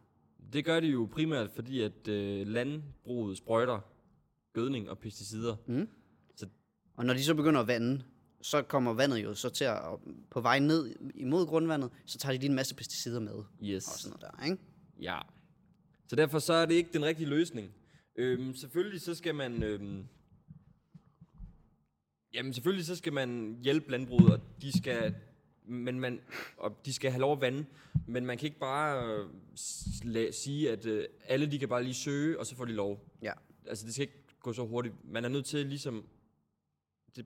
Speaker 1: Det gør det jo primært, fordi at øh, landbruget sprøjter gødning og pesticider.
Speaker 2: Og når de så begynder at vande, så kommer vandet jo så til at, på vej ned imod grundvandet, så tager de lige en masse pesticider med. Og
Speaker 1: Yes.
Speaker 2: sådan noget der, ikke?
Speaker 1: Ja. Så derfor så er det ikke den rigtige løsning. Øhm, selvfølgelig så skal man... Øhm, jamen selvfølgelig så skal man hjælpe landbruget, og de skal, men man, og de skal have lov at vande. Men man kan ikke bare øh, s- la- sige, at øh, alle de kan bare lige søge, og så får de lov.
Speaker 2: Ja.
Speaker 1: Altså det skal ikke gå så hurtigt. Man er nødt til ligesom... Det,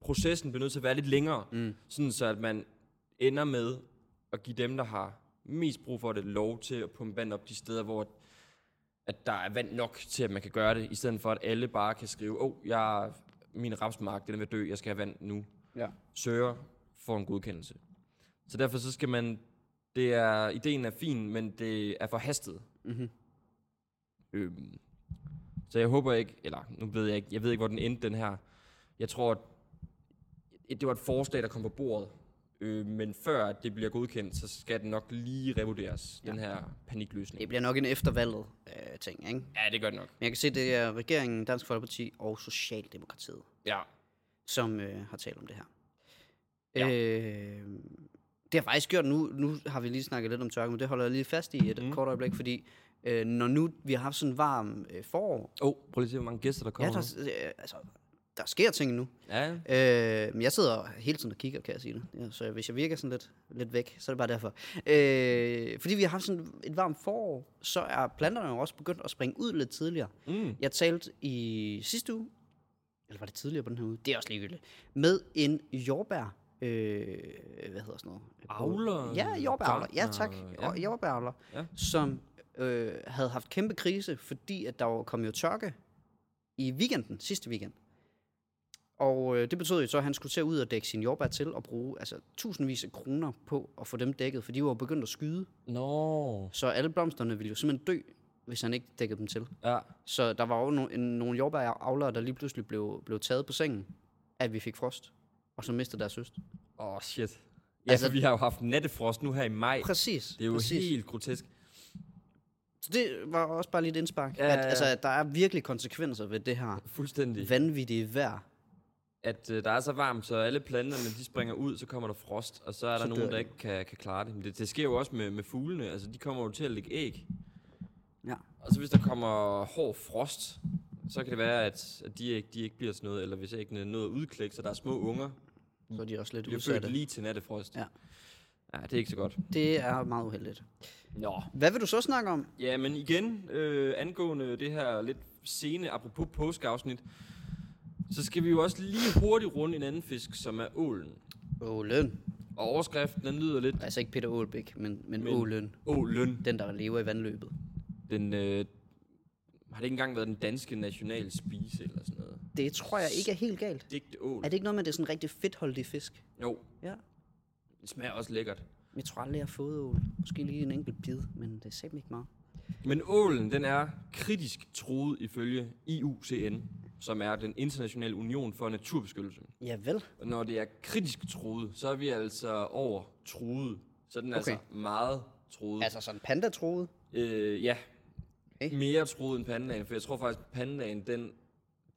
Speaker 1: processen bliver nødt til at være lidt længere, mm. sådan så at man ender med at give dem, der har mest brug for det, lov til at pumpe vand op de steder, hvor at der er vand nok til, at man kan gøre det, i stedet for, at alle bare kan skrive, åh, oh, jeg, min rapsmark, den er ved at dø, jeg skal have vand nu.
Speaker 2: ja.
Speaker 1: Søger får en godkendelse. Så derfor så skal man, det er, ideen er fin, men det er for hastet.
Speaker 2: Mm-hmm.
Speaker 1: Øhm, så jeg håber ikke, eller nu ved jeg ikke, jeg ved ikke, hvor den endte den her. Jeg tror, at et- det var et forslag, der kom på bordet. Øh, men før at det bliver godkendt, så skal den nok lige revurderes, ja. den her panikløsning.
Speaker 2: Det bliver nok en eftervalget øh, ting, ikke?
Speaker 1: Ja, det gør det nok.
Speaker 2: Men jeg kan se, det er regeringen, Dansk Folkeparti og Socialdemokratiet,
Speaker 1: Ja.
Speaker 2: som øh, har talt om det her.
Speaker 1: Ja.
Speaker 2: Øh, det har faktisk gjort nu, nu har vi lige snakket lidt om tørke, men det holder jeg lige fast i et mm. kort øjeblik, fordi øh, når nu vi har haft sådan en varm øh, forår,
Speaker 1: Åh, oh, prøv lige at se, hvor mange gæster, der
Speaker 2: ja,
Speaker 1: kommer.
Speaker 2: der, øh, altså, der sker ting nu.
Speaker 1: Ja,
Speaker 2: Øh, men jeg sidder hele tiden og kigger, kan jeg sige det. Ja, så hvis jeg virker sådan lidt, lidt væk, så er det bare derfor. Øh, fordi vi har haft sådan et varmt forår, så er planterne jo også begyndt at springe ud lidt tidligere.
Speaker 1: Mm.
Speaker 2: Jeg talte i sidste uge, eller var det tidligere på den her uge? Det er også ligegyldigt. Med en jordbær, øh, hvad hedder sådan noget?
Speaker 1: Avler?
Speaker 2: Ja, jordbæravler. Ja, tak.
Speaker 1: Gartner,
Speaker 2: Ja. Jordbæravler,
Speaker 1: Ja.
Speaker 2: ja. som øh, havde haft kæmpe krise, fordi at der var- kom jo tørke i weekenden, sidste weekend. Og øh, det betød jo så, at han skulle til at ud og dække sin jordbær til og bruge altså, tusindvis af kroner på at få dem dækket, for de var jo begyndt at skyde.
Speaker 1: Nå.
Speaker 2: Så alle blomsterne ville jo simpelthen dø, hvis han ikke dækkede dem til.
Speaker 1: Ja.
Speaker 2: Så der var jo no- en, nogle jordbæravlere, der lige pludselig blev, blev taget på sengen, at vi fik frost, og så mistede deres høst.
Speaker 1: Åh, oh, shit. Ja, altså,
Speaker 2: Altså-
Speaker 1: for vi har jo haft nattefrost nu her i maj.
Speaker 2: Præcis.
Speaker 1: Det er jo
Speaker 2: præcis.
Speaker 1: helt grotesk.
Speaker 2: Så det var også bare lige et indspark.
Speaker 1: Ja,
Speaker 2: Ja,
Speaker 1: ja,
Speaker 2: ja,
Speaker 1: ja.
Speaker 2: At, altså, at der er virkelig konsekvenser ved det her
Speaker 1: Fuldstændig.
Speaker 2: vanvittige vejr.
Speaker 1: at øh, der er så varmt, så alle planterne de springer ud, så kommer der frost, og så er så der
Speaker 2: Så
Speaker 1: nogen,
Speaker 2: dør
Speaker 1: der
Speaker 2: de.
Speaker 1: ikke kan, kan klare det. Men det. Det sker jo også med, med fuglene, altså de kommer jo til at lægge æg,
Speaker 2: Ja.
Speaker 1: og så hvis der kommer hård frost, så kan det være, at, at de, ikke, de ikke bliver sådan noget, eller hvis æggene er nået udklæk, så der er små unger,
Speaker 2: Så er de også lidt
Speaker 1: de bliver født
Speaker 2: udsatte.
Speaker 1: lige til nattefrost.
Speaker 2: Ja.
Speaker 1: Ja, det er ikke så godt.
Speaker 2: Det er meget uheldigt.
Speaker 1: Nå.
Speaker 2: Hvad vil du så snakke om?
Speaker 1: Ja, men igen, øh, angående det her lidt sene, apropos påskeafsnit, så skal vi jo også lige hurtigt runde en anden fisk, som er ålen.
Speaker 2: Åløn.
Speaker 1: Og overskriften, den lyder lidt
Speaker 2: Altså ikke Peter Ålbæk, men, men,
Speaker 1: Men-
Speaker 2: men Åløn.
Speaker 1: ålen.
Speaker 2: Den, der lever i vandløbet.
Speaker 1: Den, øh, har det ikke engang været den danske national spise eller sådan noget?
Speaker 2: Det tror jeg ikke er helt galt.
Speaker 1: Digte ål.
Speaker 2: Er det ikke noget med, at det er sådan en rigtig fedtholdig fisk?
Speaker 1: Jo,
Speaker 2: Ja.
Speaker 1: det smager også lækkert.
Speaker 2: Jeg tror aldrig, jeg har fået ål. Måske lige en enkelt bid, men det er simpelthen ikke meget.
Speaker 1: Men ålen, den er kritisk truet ifølge IUCN, som er den internationale union for naturbeskyttelse.
Speaker 2: Ja vel.
Speaker 1: Og når det er kritisk truet, så er vi altså over truet. Så den er okay.
Speaker 2: Okay.
Speaker 1: altså meget truet.
Speaker 2: Altså sådan pandatroet.
Speaker 1: Øh, ja.
Speaker 2: Okay.
Speaker 1: Mere truet end pandaen, for jeg tror faktisk, at pandaen, den,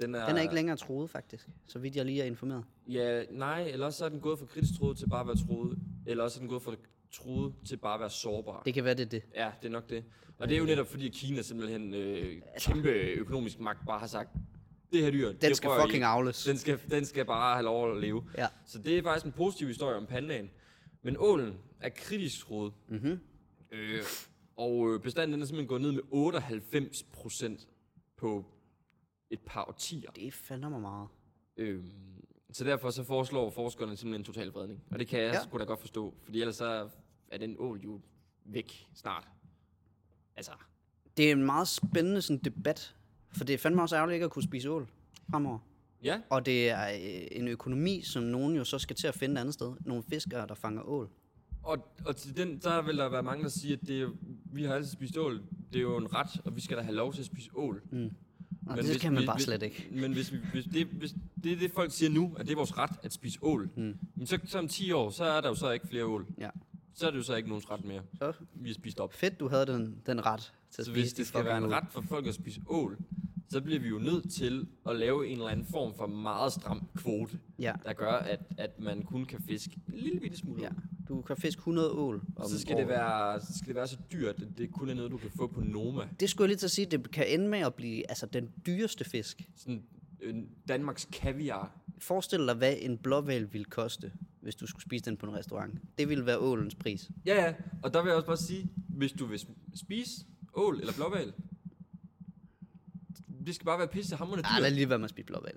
Speaker 1: den er...
Speaker 2: Den er ikke længere troet, faktisk. Så vidt jeg lige er informeret.
Speaker 1: Ja, nej, eller også så er den gået fra kritisk troet til bare at være troet, eller også er den gået fra troet til bare at være sårbar. Det.
Speaker 2: Det kan være, det er det.
Speaker 1: Ja, det er nok det. Og det er jo netop fordi, at Kina simpelthen øh, kæmpe økonomisk magt bare har sagt, det her dyr,
Speaker 2: Altså- Den
Speaker 1: det
Speaker 2: skal
Speaker 1: rører I
Speaker 2: fucking
Speaker 1: ikke.
Speaker 2: afles.
Speaker 1: Den skal, den skal bare have lov at leve.
Speaker 2: Ja.
Speaker 1: Så det er faktisk en positiv historie om pandaen. Men ålen er kritisk troet. Mm-hmm.
Speaker 2: Mhm.
Speaker 1: Øh, og øh, bestanden den er simpelthen gået ned med 98 procent på et par årtier.
Speaker 2: Det fandme mig meget.
Speaker 1: Øhm, så derfor så foreslår forskerne simpelthen en total fredning. Og det kan jeg ja.
Speaker 2: Ja.
Speaker 1: sgu da godt forstå, fordi ellers så er den ål jo væk snart. Altså,
Speaker 2: Det er en meget spændende sådan, debat. For det er fandme også ærgerligt ikke at kunne spise ål fremover.
Speaker 1: ja,
Speaker 2: Og det er øh, en økonomi, som nogen jo så skal til at finde et andet sted. Nogle fiskere, der fanger ål.
Speaker 1: Og, og til den, der vil der være mange, der siger, at det, er- vi har altid spist ål. Det er jo en ret, og vi skal da have lov til at spise ål.
Speaker 2: Mm. Og det
Speaker 1: hvis
Speaker 2: kan man
Speaker 1: vi-
Speaker 2: bare
Speaker 1: hvis-
Speaker 2: slet ikke.
Speaker 1: Men hvis, vi- hvis, det, hvis det er det, folk siger nu, at det er vores ret at spise ål, mm. men så, så om 10 år, så er der jo så ikke flere ål.
Speaker 2: Ja.
Speaker 1: Så er det jo så ikke nogens ret mere.
Speaker 2: Så
Speaker 1: Vi har spist op.
Speaker 2: fedt, du havde den, den ret til at
Speaker 1: Så
Speaker 2: spise
Speaker 1: hvis det
Speaker 2: dit
Speaker 1: skal være en
Speaker 2: fucking
Speaker 1: ret for folk at spise ål, så bliver vi jo nødt til at lave en eller anden form for meget stram kvote,
Speaker 2: ål. Ja.
Speaker 1: der gør, at, at man kun kan fiske en lille bitte smule
Speaker 2: ja.
Speaker 1: ja.
Speaker 2: Du kan fiske 100 ål om
Speaker 1: Og så skal det,
Speaker 2: året.
Speaker 1: være, så skal det være så dyrt, at det kun er noget, du kan få på Noma.
Speaker 2: Det skulle jeg lige til at sige, det kan ende med at blive altså, den dyreste fisk.
Speaker 1: Sådan en Danmarks kaviar.
Speaker 2: Forestil dig, hvad en blåval ville koste, hvis du skulle spise den på en restaurant. Det ville være ålens pris.
Speaker 1: Ja, ja. Og der vil jeg også bare sige, hvis du vil sm- spise ål eller blåval, det skal bare være pisse hammerende
Speaker 2: Ej, Ah, lad
Speaker 1: dyrt.
Speaker 2: lige være med at spise
Speaker 1: [LAUGHS]
Speaker 2: blåval.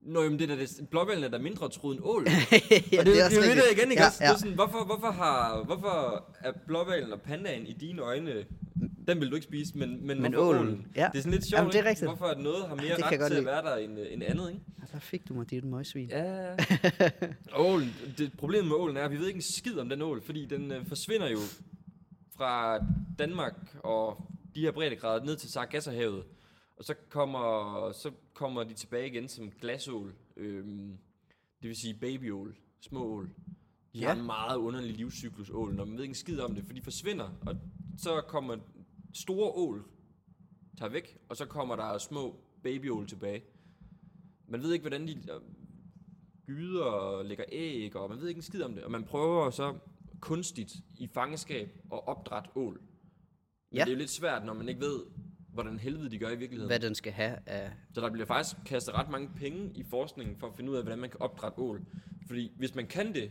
Speaker 1: Nå, jamen det der, det, blåvalen er da mindre troet end [LAUGHS] ål.
Speaker 2: ja,
Speaker 1: og det, det, er
Speaker 2: også
Speaker 1: jo det
Speaker 2: rigtigt.
Speaker 1: der igen, ikke?
Speaker 2: Ja,
Speaker 1: også? Det er sådan, hvorfor, hvorfor, har, hvorfor er blåvalen og pandaen i dine øjne, den vil du ikke spise, men, men,
Speaker 2: Men
Speaker 1: hvorfor
Speaker 2: ålen? Ja.
Speaker 1: Det er sådan lidt sjovt,
Speaker 2: Jamen, det er
Speaker 1: ikke?
Speaker 2: rigtigt.
Speaker 1: hvorfor at noget har mere
Speaker 2: det kan jeg
Speaker 1: ret
Speaker 2: godt
Speaker 1: til at
Speaker 2: lide.
Speaker 1: være der end, øh, end andet, ikke?
Speaker 2: ja. Der Altså, fik du mig, dit møgsvin. Ja.
Speaker 1: Ja. ålen, det problemet med ålen er, at vi ved ikke en skid om den ål, fordi den øh, forsvinder jo fra Danmark og de her breddegrader ned til Sargasserhavet. Og så kommer, så kommer de tilbage igen som glasål. Øhm, det vil sige babyål, små ål. De ja. har
Speaker 2: Ja.
Speaker 1: en meget underlig livscyklus, ålen, og man ved ikke en skid om det, for de forsvinder. Og så kommer store ål, tager væk, og så kommer der små babyål tilbage. Man ved ikke, hvordan de øh, gyder og lægger æg, og man ved ikke en skid om det. Og man prøver så kunstigt i fangeskab at opdrætte ål. Men
Speaker 2: Ja.
Speaker 1: ja. det er jo lidt svært, når man ikke ved, hvordan helvede de gør i virkeligheden.
Speaker 2: Hvad den skal have af...
Speaker 1: Så der bliver faktisk kastet ret mange penge i forskningen for at finde ud af, hvordan man kan opdrætte ål. Fordi hvis man kan det,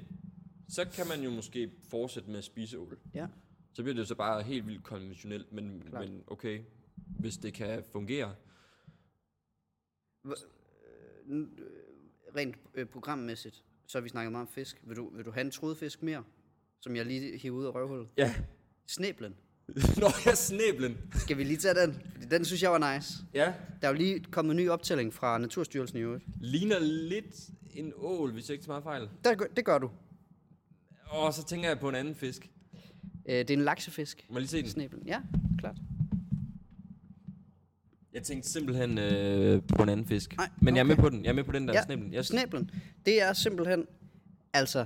Speaker 1: så kan man jo måske fortsætte med at spise ål.
Speaker 2: Ja.
Speaker 1: Så bliver det jo så bare helt vildt konventionelt, men,
Speaker 2: Klart.
Speaker 1: men okay, hvis det kan fungere.
Speaker 2: Rent øh, programmæssigt, så har vi snakket meget om fisk. Vil du, vil du have en trudfisk mere? Som jeg lige hiver ud af røvhullet.
Speaker 1: Ja.
Speaker 2: Sneblen.
Speaker 1: [LAUGHS] Nå, ja, snæblen.
Speaker 2: Skal vi lige tage den? Fordi Den synes jeg var nice.
Speaker 1: Ja,
Speaker 2: Der er jo lige kommet en ny optælling fra Naturstyrelsen i øvrigt.
Speaker 1: ligner lidt en ål, hvis jeg ikke tager meget fejl.
Speaker 2: Der, gør- det gør du.
Speaker 1: Og så tænker jeg på en anden fisk.
Speaker 2: Øh, det er en laksefisk.
Speaker 1: Må jeg lige se den?
Speaker 2: Sneblen. Ja, klart.
Speaker 1: Jeg tænkte simpelthen øh, på en anden fisk.
Speaker 2: Nej,
Speaker 1: men jeg er med
Speaker 2: okay.
Speaker 1: på den. Jeg er med på den der
Speaker 2: Ja,
Speaker 1: ja. Altså, snæblen. Jeg,
Speaker 2: Snæblen, det er simpelthen, altså,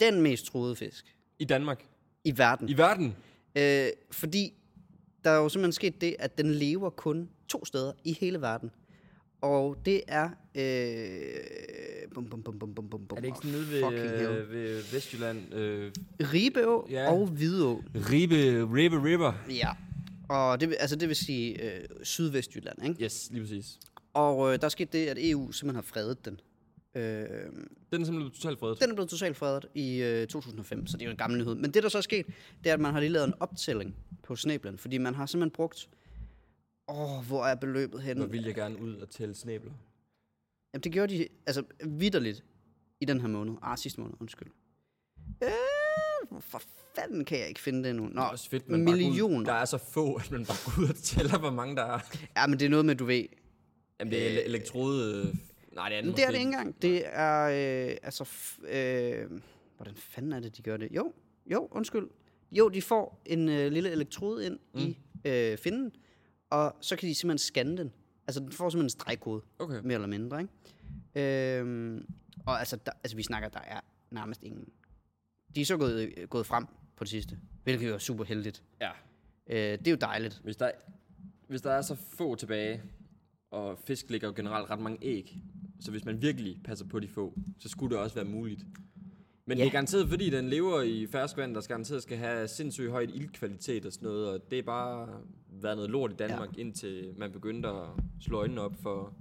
Speaker 2: den mest truede fisk
Speaker 1: I Danmark.
Speaker 2: i verden.
Speaker 1: I verden.
Speaker 2: Øh, fordi der er jo simpelthen sket det, at den lever kun to steder i hele verden. Og det er... Øh, bum, bum, bum, bum, bum, bum, bum,
Speaker 1: Er det ikke
Speaker 2: oh,
Speaker 1: sådan nede ved,
Speaker 2: fucking hell.
Speaker 1: øh, ved Vestjylland? Øh,
Speaker 2: Ribeå
Speaker 1: Ja.
Speaker 2: og Hvidå.
Speaker 1: Ribe, Ribe River.
Speaker 2: Ja. Og det, vil- altså det vil sige øh, Sydvestjylland, ikke?
Speaker 1: Yes, lige præcis.
Speaker 2: Og øh, der er sket det, at EU simpelthen har fredet den. Øh,
Speaker 1: Den er simpelthen totalt fredet.
Speaker 2: Den er blevet totalt fredet i øh, 2005, så det er jo en gammel nyhed. Men det, der så er sket, det er, at man har lige lavet en optælling på snæblen, fordi man har simpelthen brugt... Åh, oh, hvor er beløbet henne?
Speaker 1: Nu vil jeg gerne ud og tælle snæbler.
Speaker 2: Jamen, det gjorde de altså vidderligt i den her måned. Ah, sidste måned, undskyld. Øh, for fanden kan jeg ikke finde det nu. Nå,
Speaker 1: Det er også fedt, man Bare går ud.
Speaker 2: millioner.
Speaker 1: Der er så få, at man bare går ud og tæller, hvor mange der er.
Speaker 2: Ja, men det er noget med, du ved...
Speaker 1: Jamen, det er ele- elektrode... øh, Nej, det er
Speaker 2: Men det er det ikke engang. Det er, øh, altså... F- øh, hvordan fanden er det, de gør det? Jo, jo, undskyld. Jo, de får en øh, lille elektrode ind mm. i øh, finden, og så kan de simpelthen scanne den. Altså, den får simpelthen en stregkode,
Speaker 1: Okay.
Speaker 2: mere eller mindre, ikke? Øhm, og altså, der, altså, vi snakker, der er nærmest ingen. De er så gået, øh, gået frem på det sidste, hvilket jo er super heldigt.
Speaker 1: Ja.
Speaker 2: Øh, det er jo dejligt.
Speaker 1: Hvis der, hvis der er så få tilbage, og fisk ligger jo generelt ret mange æg, så hvis man virkelig passer på de få, så skulle det også være muligt. Men ja. det
Speaker 2: Ja.
Speaker 1: er garanteret, fordi den lever i ferskvand, der skal garanteret skal have sindssygt højt iltkvalitet og sådan noget, og det er bare været noget lort i Danmark, ja. indtil man begyndte at slå øjnene op for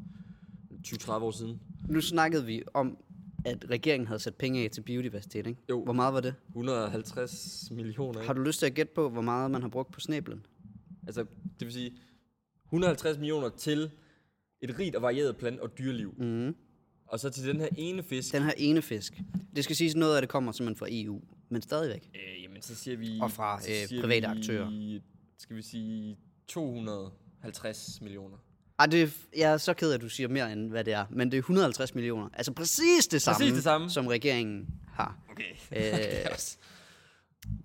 Speaker 1: 20-30 år siden.
Speaker 2: Nu snakkede vi om, at regeringen havde sat penge af til biodiversitet, ikke?
Speaker 1: Jo.
Speaker 2: Hvor meget var det?
Speaker 1: 150 millioner,
Speaker 2: Har
Speaker 1: ikke?
Speaker 2: du lyst til at gætte på, hvor meget man har brugt på snæblen?
Speaker 1: Altså, det vil sige, 150 millioner til et rigt og varieret plant- og dyreliv.
Speaker 2: Mm.
Speaker 1: Og så til den her ene fisk,
Speaker 2: Den her ene fisk. Det skal siges, noget af det kommer simpelthen fra EU, men stadigvæk.
Speaker 1: Øh, jamen, så siger vi...
Speaker 2: Og fra,
Speaker 1: så
Speaker 2: øh,
Speaker 1: siger
Speaker 2: private
Speaker 1: vi,
Speaker 2: aktører.
Speaker 1: Skal vi sige 250 millioner?
Speaker 2: Ej, det, er- jeg er så ked af, at du siger mere end hvad det er, men det er 150 millioner. Altså præcis det samme,
Speaker 1: Præcis det samme.
Speaker 2: som regeringen har har.
Speaker 1: [LAUGHS] Okay.
Speaker 2: Øh,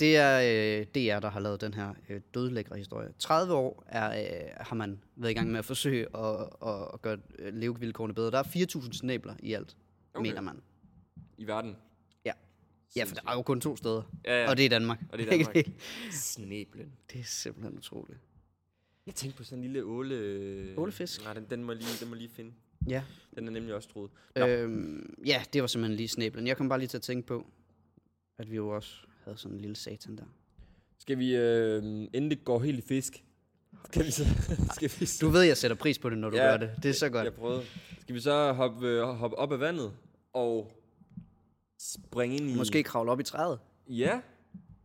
Speaker 2: det er øh, DR, der har lavet den her øh, dødlækre historie. 30 år er, øh, har man været i gang med at forsøge at, at, at gøre øh, levevilkårene bedre. Der er 4.000 snæbler i alt, okay.
Speaker 1: Okay.
Speaker 2: mener man.
Speaker 1: I verden.
Speaker 2: Ja. ja, for der er jo kun to steder,
Speaker 1: Ja, ja.
Speaker 2: og det er Danmark.
Speaker 1: Og
Speaker 2: [LAUGHS]
Speaker 1: det er Danmark.
Speaker 2: det
Speaker 1: Snæblen.
Speaker 2: er simpelthen utroligt.
Speaker 1: Jeg tænkte på sådan en lille åle...
Speaker 2: Ålefisk.
Speaker 1: Nej, den, den, må jeg lige, den må jeg lige finde.
Speaker 2: Ja.
Speaker 1: Den er nemlig også troet. Nå,
Speaker 2: Øhm, ja, det var simpelthen lige snæblen. Jeg kom bare lige til at tænke på, at vi jo også havde sådan en lille satan der.
Speaker 1: skal vi, øh, inden det går helt i fisk, skal vi så... [LAUGHS] skal vi så
Speaker 2: Du ved, jeg sætter pris på det, når du ja, gør det. Det er så godt.
Speaker 1: Jeg prøvede. Skal vi så hoppe, øh, hoppe op af vandet og springe ind i...
Speaker 2: Mm. Måske kravle op i træet.
Speaker 1: Ja,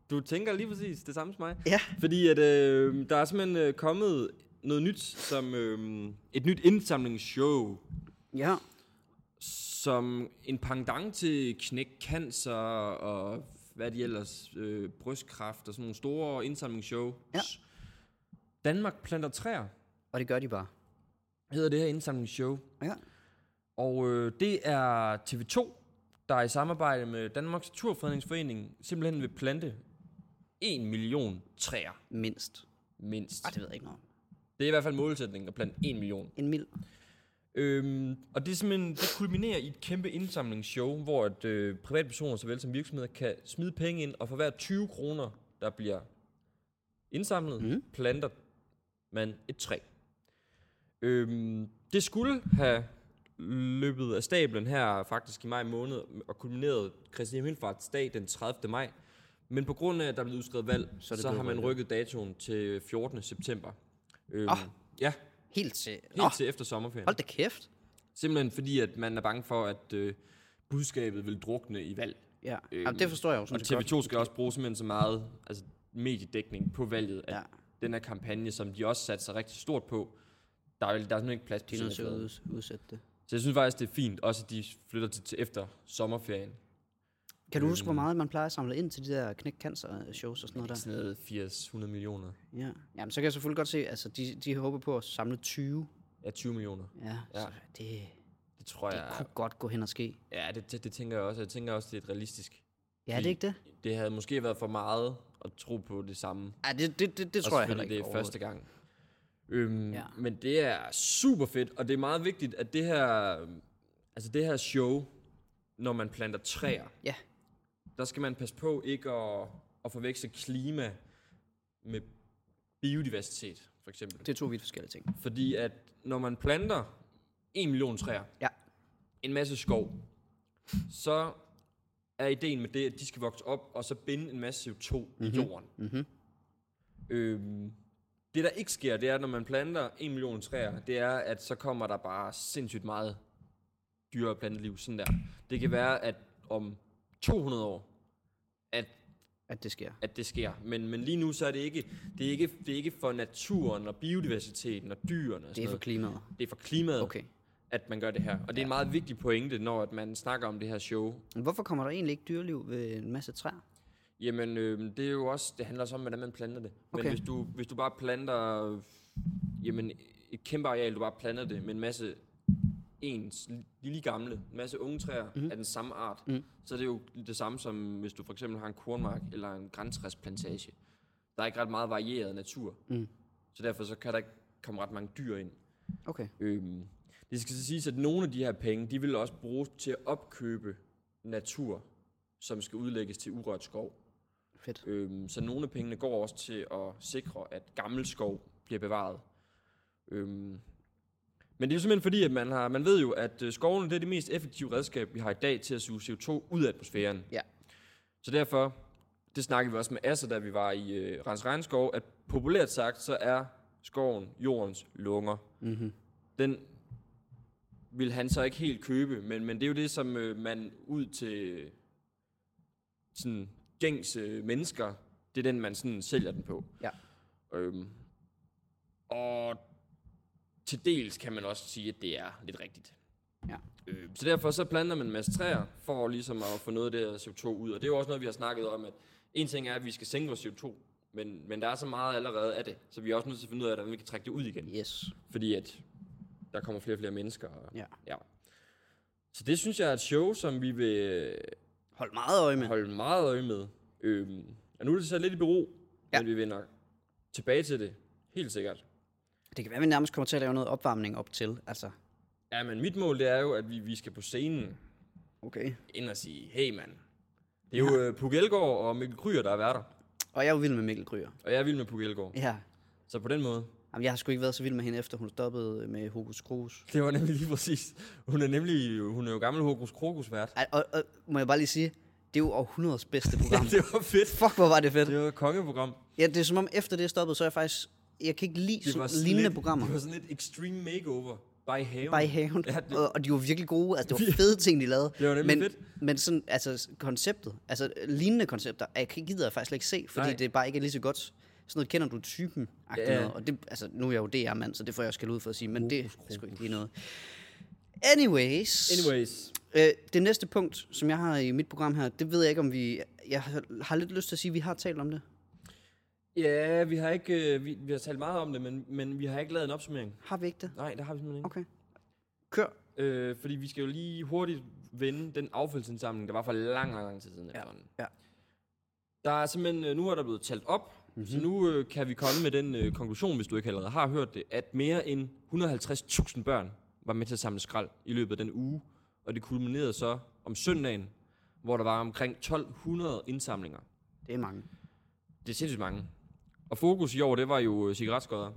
Speaker 1: du tænker lige præcis det samme som mig.
Speaker 2: Ja.
Speaker 1: Fordi at, øh, der er simpelthen øh, kommet noget nyt, som øh, et nyt indsamlingsshow,
Speaker 2: Ja.
Speaker 1: som en pendant til knæk cancer og hvad de ellers, øh, brystkræft og sådan nogle store indsamlingsshow.
Speaker 2: Ja.
Speaker 1: Danmark planter træer,
Speaker 2: Og det gør de bare.
Speaker 1: hedder det her indsamlingsshow.
Speaker 2: Ja.
Speaker 1: Og øh, det er TV2, der i samarbejde med Danmarks Naturfredningsforening simpelthen vil plante 1 million træer
Speaker 2: Mindst.
Speaker 1: mindst.
Speaker 2: Ej, det ved jeg ikke noget om.
Speaker 1: Det er i hvert fald målsætningen at plante 1 million.
Speaker 2: En mild.
Speaker 1: Øhm, og det er simpelthen, det kulminerer i et kæmpe indsamlingsshow, hvor at, øh, privatpersoner såvel som virksomheder kan smide penge ind, og for hver 20 kroner, der bliver indsamlet,
Speaker 2: Mhm.
Speaker 1: mm. planter man et træ. Øhm, det skulle have løbet af stablen her faktisk i maj måned, og kulmineret Kristi Himmelfarts dag den 30. maj. Men på grund af, at der blev udskrevet valg,
Speaker 2: Så
Speaker 1: så,
Speaker 2: er det
Speaker 1: så
Speaker 2: blevet
Speaker 1: har man
Speaker 2: rykket.
Speaker 1: rykket datoen til 14. september. Øhm,
Speaker 2: Ah.
Speaker 1: Ja,
Speaker 2: Helt til.
Speaker 1: helt
Speaker 2: Nå,
Speaker 1: til efter sommerferien.
Speaker 2: hold da kæft.
Speaker 1: Simpelthen fordi, at man er bange for, at øh, budskabet vil drukne i valg.
Speaker 2: Ja.
Speaker 1: Øhm,
Speaker 2: Jamen, det forstår jeg jo
Speaker 1: Og
Speaker 2: sådan set godt.
Speaker 1: TV2 skal også bruge simpelthen så meget altså, mediedækning på valget, at
Speaker 2: Ja.
Speaker 1: ja. den her kampagne, som de også satte sig rigtig stort på, der er, der er simpelthen ikke plads
Speaker 2: De
Speaker 1: til
Speaker 2: er nødt til at
Speaker 1: det.
Speaker 2: uds- udsætte det.
Speaker 1: Så jeg synes faktisk, det er fint, også at de flytter til, til efter sommerferien.
Speaker 2: Kan du huske, hvor meget man plejer at samle ind til de der knæk cancer shows og sådan noget der?
Speaker 1: Sådan noget 80-100 millioner.
Speaker 2: Ja. Jamen, så kan jeg selvfølgelig godt se, altså de, de håber på at samle 20.
Speaker 1: Ja, 20 millioner.
Speaker 2: Ja, ja. Så det,
Speaker 1: Det tror
Speaker 2: det
Speaker 1: jeg...
Speaker 2: kunne godt gå hen og ske.
Speaker 1: Ja, det, det, det tænker jeg også. Jeg tænker også, det er et realistisk.
Speaker 2: Ja, det er ikke det?
Speaker 1: Det havde måske været for meget at tro på det samme.
Speaker 2: Ja, det, det, det, det tror jeg heller ikke.
Speaker 1: det er
Speaker 2: overhovedet.
Speaker 1: første gang. Øhm,
Speaker 2: Ja.
Speaker 1: ja. Men det er super fedt, og det er meget vigtigt, at det her, øhm, altså det her show, når man planter træer,
Speaker 2: Ja.
Speaker 1: der skal man passe på ikke at, at forveksle klima med biodiversitet, for eksempel.
Speaker 2: Det er to vidt forskellige ting.
Speaker 1: Fordi at når man planter en million træer,
Speaker 2: Ja.
Speaker 1: en masse skov, så er ideen med det, at de skal vokse op og så binde en masse CO2 mm-hmm. i jorden.
Speaker 2: Mhm.
Speaker 1: Øhm, det, der ikke sker, det er, når man planter en million træer, det er, at så kommer der bare sindssygt meget dyre og planteliv. Sådan der. Det kan være, at om 200 år, at,
Speaker 2: At det sker.
Speaker 1: at det sker. Men, men lige nu, så er det ikke, det er ikke, det er ikke for naturen og biodiversiteten og dyrene. Og
Speaker 2: Det
Speaker 1: sådan
Speaker 2: er for
Speaker 1: noget.
Speaker 2: klimaet.
Speaker 1: det er for klimaet, okay.
Speaker 2: Okay.
Speaker 1: at man gør det her. Og det er en meget vigtig pointe, når at man snakker om det her show,
Speaker 2: Men Hvorfor kommer der egentlig ikke dyreliv ved en masse træer?
Speaker 1: Jamen, øh, det er jo også, det handler også om, hvordan man planter det. Men
Speaker 2: Okay.
Speaker 1: hvis du, hvis du bare planter, øh, jamen, et kæmpe areal, du bare planter det med en masse ens, lille gamle, en masse unge træer mm. af den samme art, mm. så er det jo det samme som, hvis du for eksempel har en kornmark eller en græntræsplantage. Der er ikke ret meget varieret natur.
Speaker 2: Mm.
Speaker 1: Så derfor så kan der ikke komme ret mange dyr ind.
Speaker 2: Okay.
Speaker 1: Øhm, det skal så siges, at nogle af de her penge, de vil også bruges til at opkøbe natur, som skal udlægges til urørt skov.
Speaker 2: Fedt.
Speaker 1: Øhm, så nogle af pengene går også til at sikre, at gammel skov bliver bevaret. Øhm, men det er jo simpelthen fordi, at man, har, man ved jo, at øh, skovene det er det mest effektive redskab, vi har i dag til at suge CO2 ud af atmosfæren.
Speaker 2: Ja.
Speaker 1: Så derfor, det snakkede vi også med Asser, da vi var i øh, Rens Regnskov, at populært sagt, så er skoven jordens lunger. Mm-hmm. Den vil han så ikke helt købe, men, men det er jo det, som øh, man ud til sådan gængse mennesker, det er den, man sådan sælger den på.
Speaker 2: Ja.
Speaker 1: Øhm, og til dels kan man også sige, at det er lidt rigtigt.
Speaker 2: Ja.
Speaker 1: Øh, så derfor så planter man en masse træer, for ligesom at få noget af det her CO2 ud. Og det er jo også noget, vi har snakket om, at en ting er, at vi skal sænke vores CO2, men, men der er så meget allerede af det, så vi er også nødt til at finde ud af, hvordan vi kan trække det ud igen.
Speaker 2: Yes.
Speaker 1: Fordi at der kommer flere og flere mennesker. Og,
Speaker 2: Ja.
Speaker 1: ja. Så det synes jeg er et show, som vi vil
Speaker 2: Hold meget øje med.
Speaker 1: Holde meget øje med. Øhm, og nu er det så lidt i bero,
Speaker 2: Ja.
Speaker 1: ja. men vi vender tilbage til det. Helt sikkert.
Speaker 2: Det kan være, at vi nærmest kommer til at lave noget opvarmning op til. Altså,
Speaker 1: Ja, men mit mål det er jo, at vi, vi skal på scenen
Speaker 2: okay.
Speaker 1: ind og sige, hey mand. Det er jo ja. Puk Elgård og Mikkel Kryer, der er værter.
Speaker 2: Og jeg er jo vild med Mikkel Kryer.
Speaker 1: Og jeg er vild med Puk Elgård.
Speaker 2: Ja.
Speaker 1: Så på den måde, [LAUGHS]
Speaker 2: Jamen, jeg har sgu ikke været så vild med hende, efter hun stoppede med Hokus Krokus.
Speaker 1: det var nemlig lige præcis. Hun er nemlig, hun er jo gammel Hokus Krokus vært.
Speaker 2: Ej, Og, og, må jeg bare lige sige, det er jo århundredes bedste
Speaker 1: [LAUGHS]
Speaker 2: program.
Speaker 1: [LAUGHS] Det var fedt.
Speaker 2: Fuck, hvor var det fedt.
Speaker 1: Det var et kongeprogram.
Speaker 2: Ja, det er som om, efter det er stoppet, så er jeg faktisk... Jeg kan ikke lide
Speaker 1: Det var
Speaker 2: sådan
Speaker 1: sådan
Speaker 2: lignende
Speaker 1: lidt, [LAUGHS]
Speaker 2: programmer.
Speaker 1: Det var sådan lidt extreme makeover by haven.
Speaker 2: Bare i haven.
Speaker 1: Ja, det,
Speaker 2: Og, og de var virkelig gode.
Speaker 1: [LAUGHS]
Speaker 2: Altså, det var fede ting, de lavede.
Speaker 1: Det var nemlig
Speaker 2: men,
Speaker 1: fedt.
Speaker 2: Men sådan, altså, s- konceptet, altså lignende koncepter, jeg kan- gider jeg faktisk slet ikke se, fordi Nej.
Speaker 1: Nej.
Speaker 2: det er bare ikke lige så godt. Sådan noget kender du typen
Speaker 1: Ja.
Speaker 2: yeah. noget. Og det, altså, nu er jeg jo DR-mand, så det får jeg også ud for at sige, men det er sgu ikke lige noget. Anyways,
Speaker 1: anyways,
Speaker 2: Øh, det næste punkt, som jeg har i mit program her, det ved jeg ikke, om vi... Jeg har- har lidt lyst til at sige, at vi har talt om det.
Speaker 1: ja, vi har ikke, øh, vi, vi har talt meget om det, men, men vi har ikke lavet en opsummering.
Speaker 2: Har vi ikke det?
Speaker 1: Nej, det har vi simpelthen ikke.
Speaker 2: Okay. Kør.
Speaker 1: Øh, fordi vi skal jo lige hurtigt vende den affaldsindsamling, der var for lang, lang, lang tid siden. Ja.
Speaker 2: ja.
Speaker 1: Der er simpelthen, øh, nu er der blevet talt op,
Speaker 2: Mhm.
Speaker 1: mm-hmm. så nu øh, kan vi komme med den øh, konklusion, hvis du ikke allerede har hørt det, at mere end 150.000 børn var med til at samle skrald i løbet af den uge, og det kulminerede så om søndagen, hvor der var omkring 1200 indsamlinger.
Speaker 2: Det er mange.
Speaker 1: Det er sindssygt mange. Og fokus i år, det var jo øh, cigaretskodder.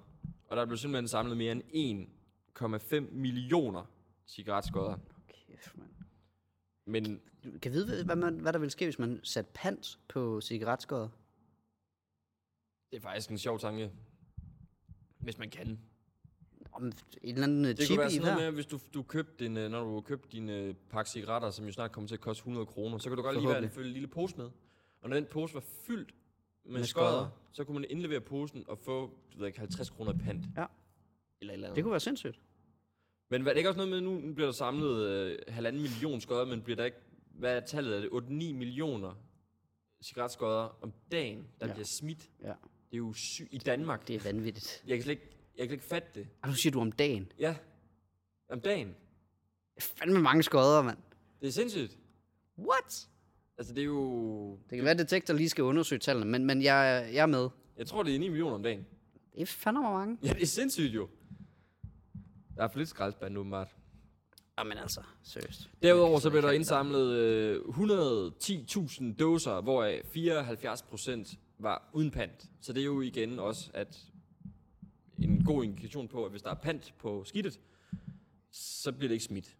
Speaker 1: Og der blev simpelthen samlet mere end 1,5 millioner cigaretskodder.
Speaker 2: Kæft, mand.
Speaker 1: Men
Speaker 2: Du kan vide, hvad, man, hvad der ville ske, hvis man satte pant på cigaretskåret.
Speaker 1: det er faktisk en sjov tanke. Hvis man kan.
Speaker 2: Om en eller anden øh,
Speaker 1: Det
Speaker 2: chip
Speaker 1: kunne være
Speaker 2: i
Speaker 1: sådan noget
Speaker 2: her.
Speaker 1: med, hvis du, du købte din, øh, når du købte dine øh, pakke cigaretter, som jo snart kommer til at koste 100 kroner, så kan du godt lige være
Speaker 2: Forhåbentlig.
Speaker 1: følge en lille pose med. Og når den pose var fyldt med,
Speaker 2: Med
Speaker 1: med
Speaker 2: skodder.
Speaker 1: skodder, så kunne man indlevere posen og få du ved ikke, 50 kroner i pant.
Speaker 2: Ja.
Speaker 1: Eller et eller andet.
Speaker 2: Det kunne være sindssygt.
Speaker 1: Men var det ikke også noget med, nu nu bliver der samlet øh, halvanden million skodder, men bliver der ikke, hvad er tallet af det? 8-9 millioner cigaretskodder om dagen, der
Speaker 2: Ja.
Speaker 1: ja. bliver smidt.
Speaker 2: Ja.
Speaker 1: Det er jo sygt i Danmark.
Speaker 2: Det er vanvittigt.
Speaker 1: Jeg kan slet ikke, jeg kan slet ikke fatte det.
Speaker 2: Og nu siger du om dagen.
Speaker 1: Ja. Om dagen.
Speaker 2: Det er fandme mange skodder, mand.
Speaker 1: Det er sindssygt.
Speaker 2: What?
Speaker 1: Altså, det er jo...
Speaker 2: Det kan være, at detektor lige skal undersøge tallene, men, men jeg, er- jeg er med.
Speaker 1: Jeg tror, det er 9 millioner om dagen. [LAUGHS]
Speaker 2: Det er fandme mange.
Speaker 1: Ja, det er sindssygt jo. Der er for lidt skraldspand, åbenbart.
Speaker 2: Jamen altså, seriøst.
Speaker 1: Derudover så blev der indsamlet øh, 110.000 dåser, hvoraf 74 procent var uden pant. Så det er jo igen også at en god indikation på, at hvis der er pant på skidtet, så bliver det ikke smidt.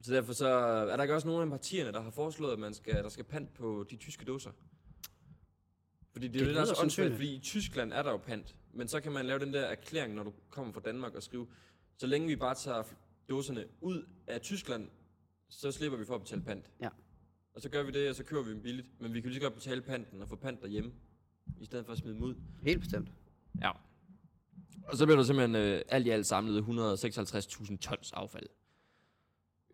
Speaker 1: Så derfor så er der ikke også nogle af partierne, der har foreslået, at man skal, der skal pant på de tyske dåser. Fordi det er
Speaker 2: Det
Speaker 1: jo det, der er
Speaker 2: lyder
Speaker 1: så åndssvagt,
Speaker 2: sandsynligt.
Speaker 1: fordi i Tyskland er der jo pant. Men så kan man lave den der erklæring, når du kommer fra Danmark og skrive, så længe vi bare tager dåserne ud af Tyskland, så slipper vi for at betale pant.
Speaker 2: Ja.
Speaker 1: Og så gør vi det, og så kører vi dem billigt. Men vi kan lige så godt betale panten og få pant derhjemme, i stedet for at smide dem ud.
Speaker 2: Helt bestemt.
Speaker 1: Ja. Og så bliver der simpelthen øh, alt i alt samlet 156.000 tons affald.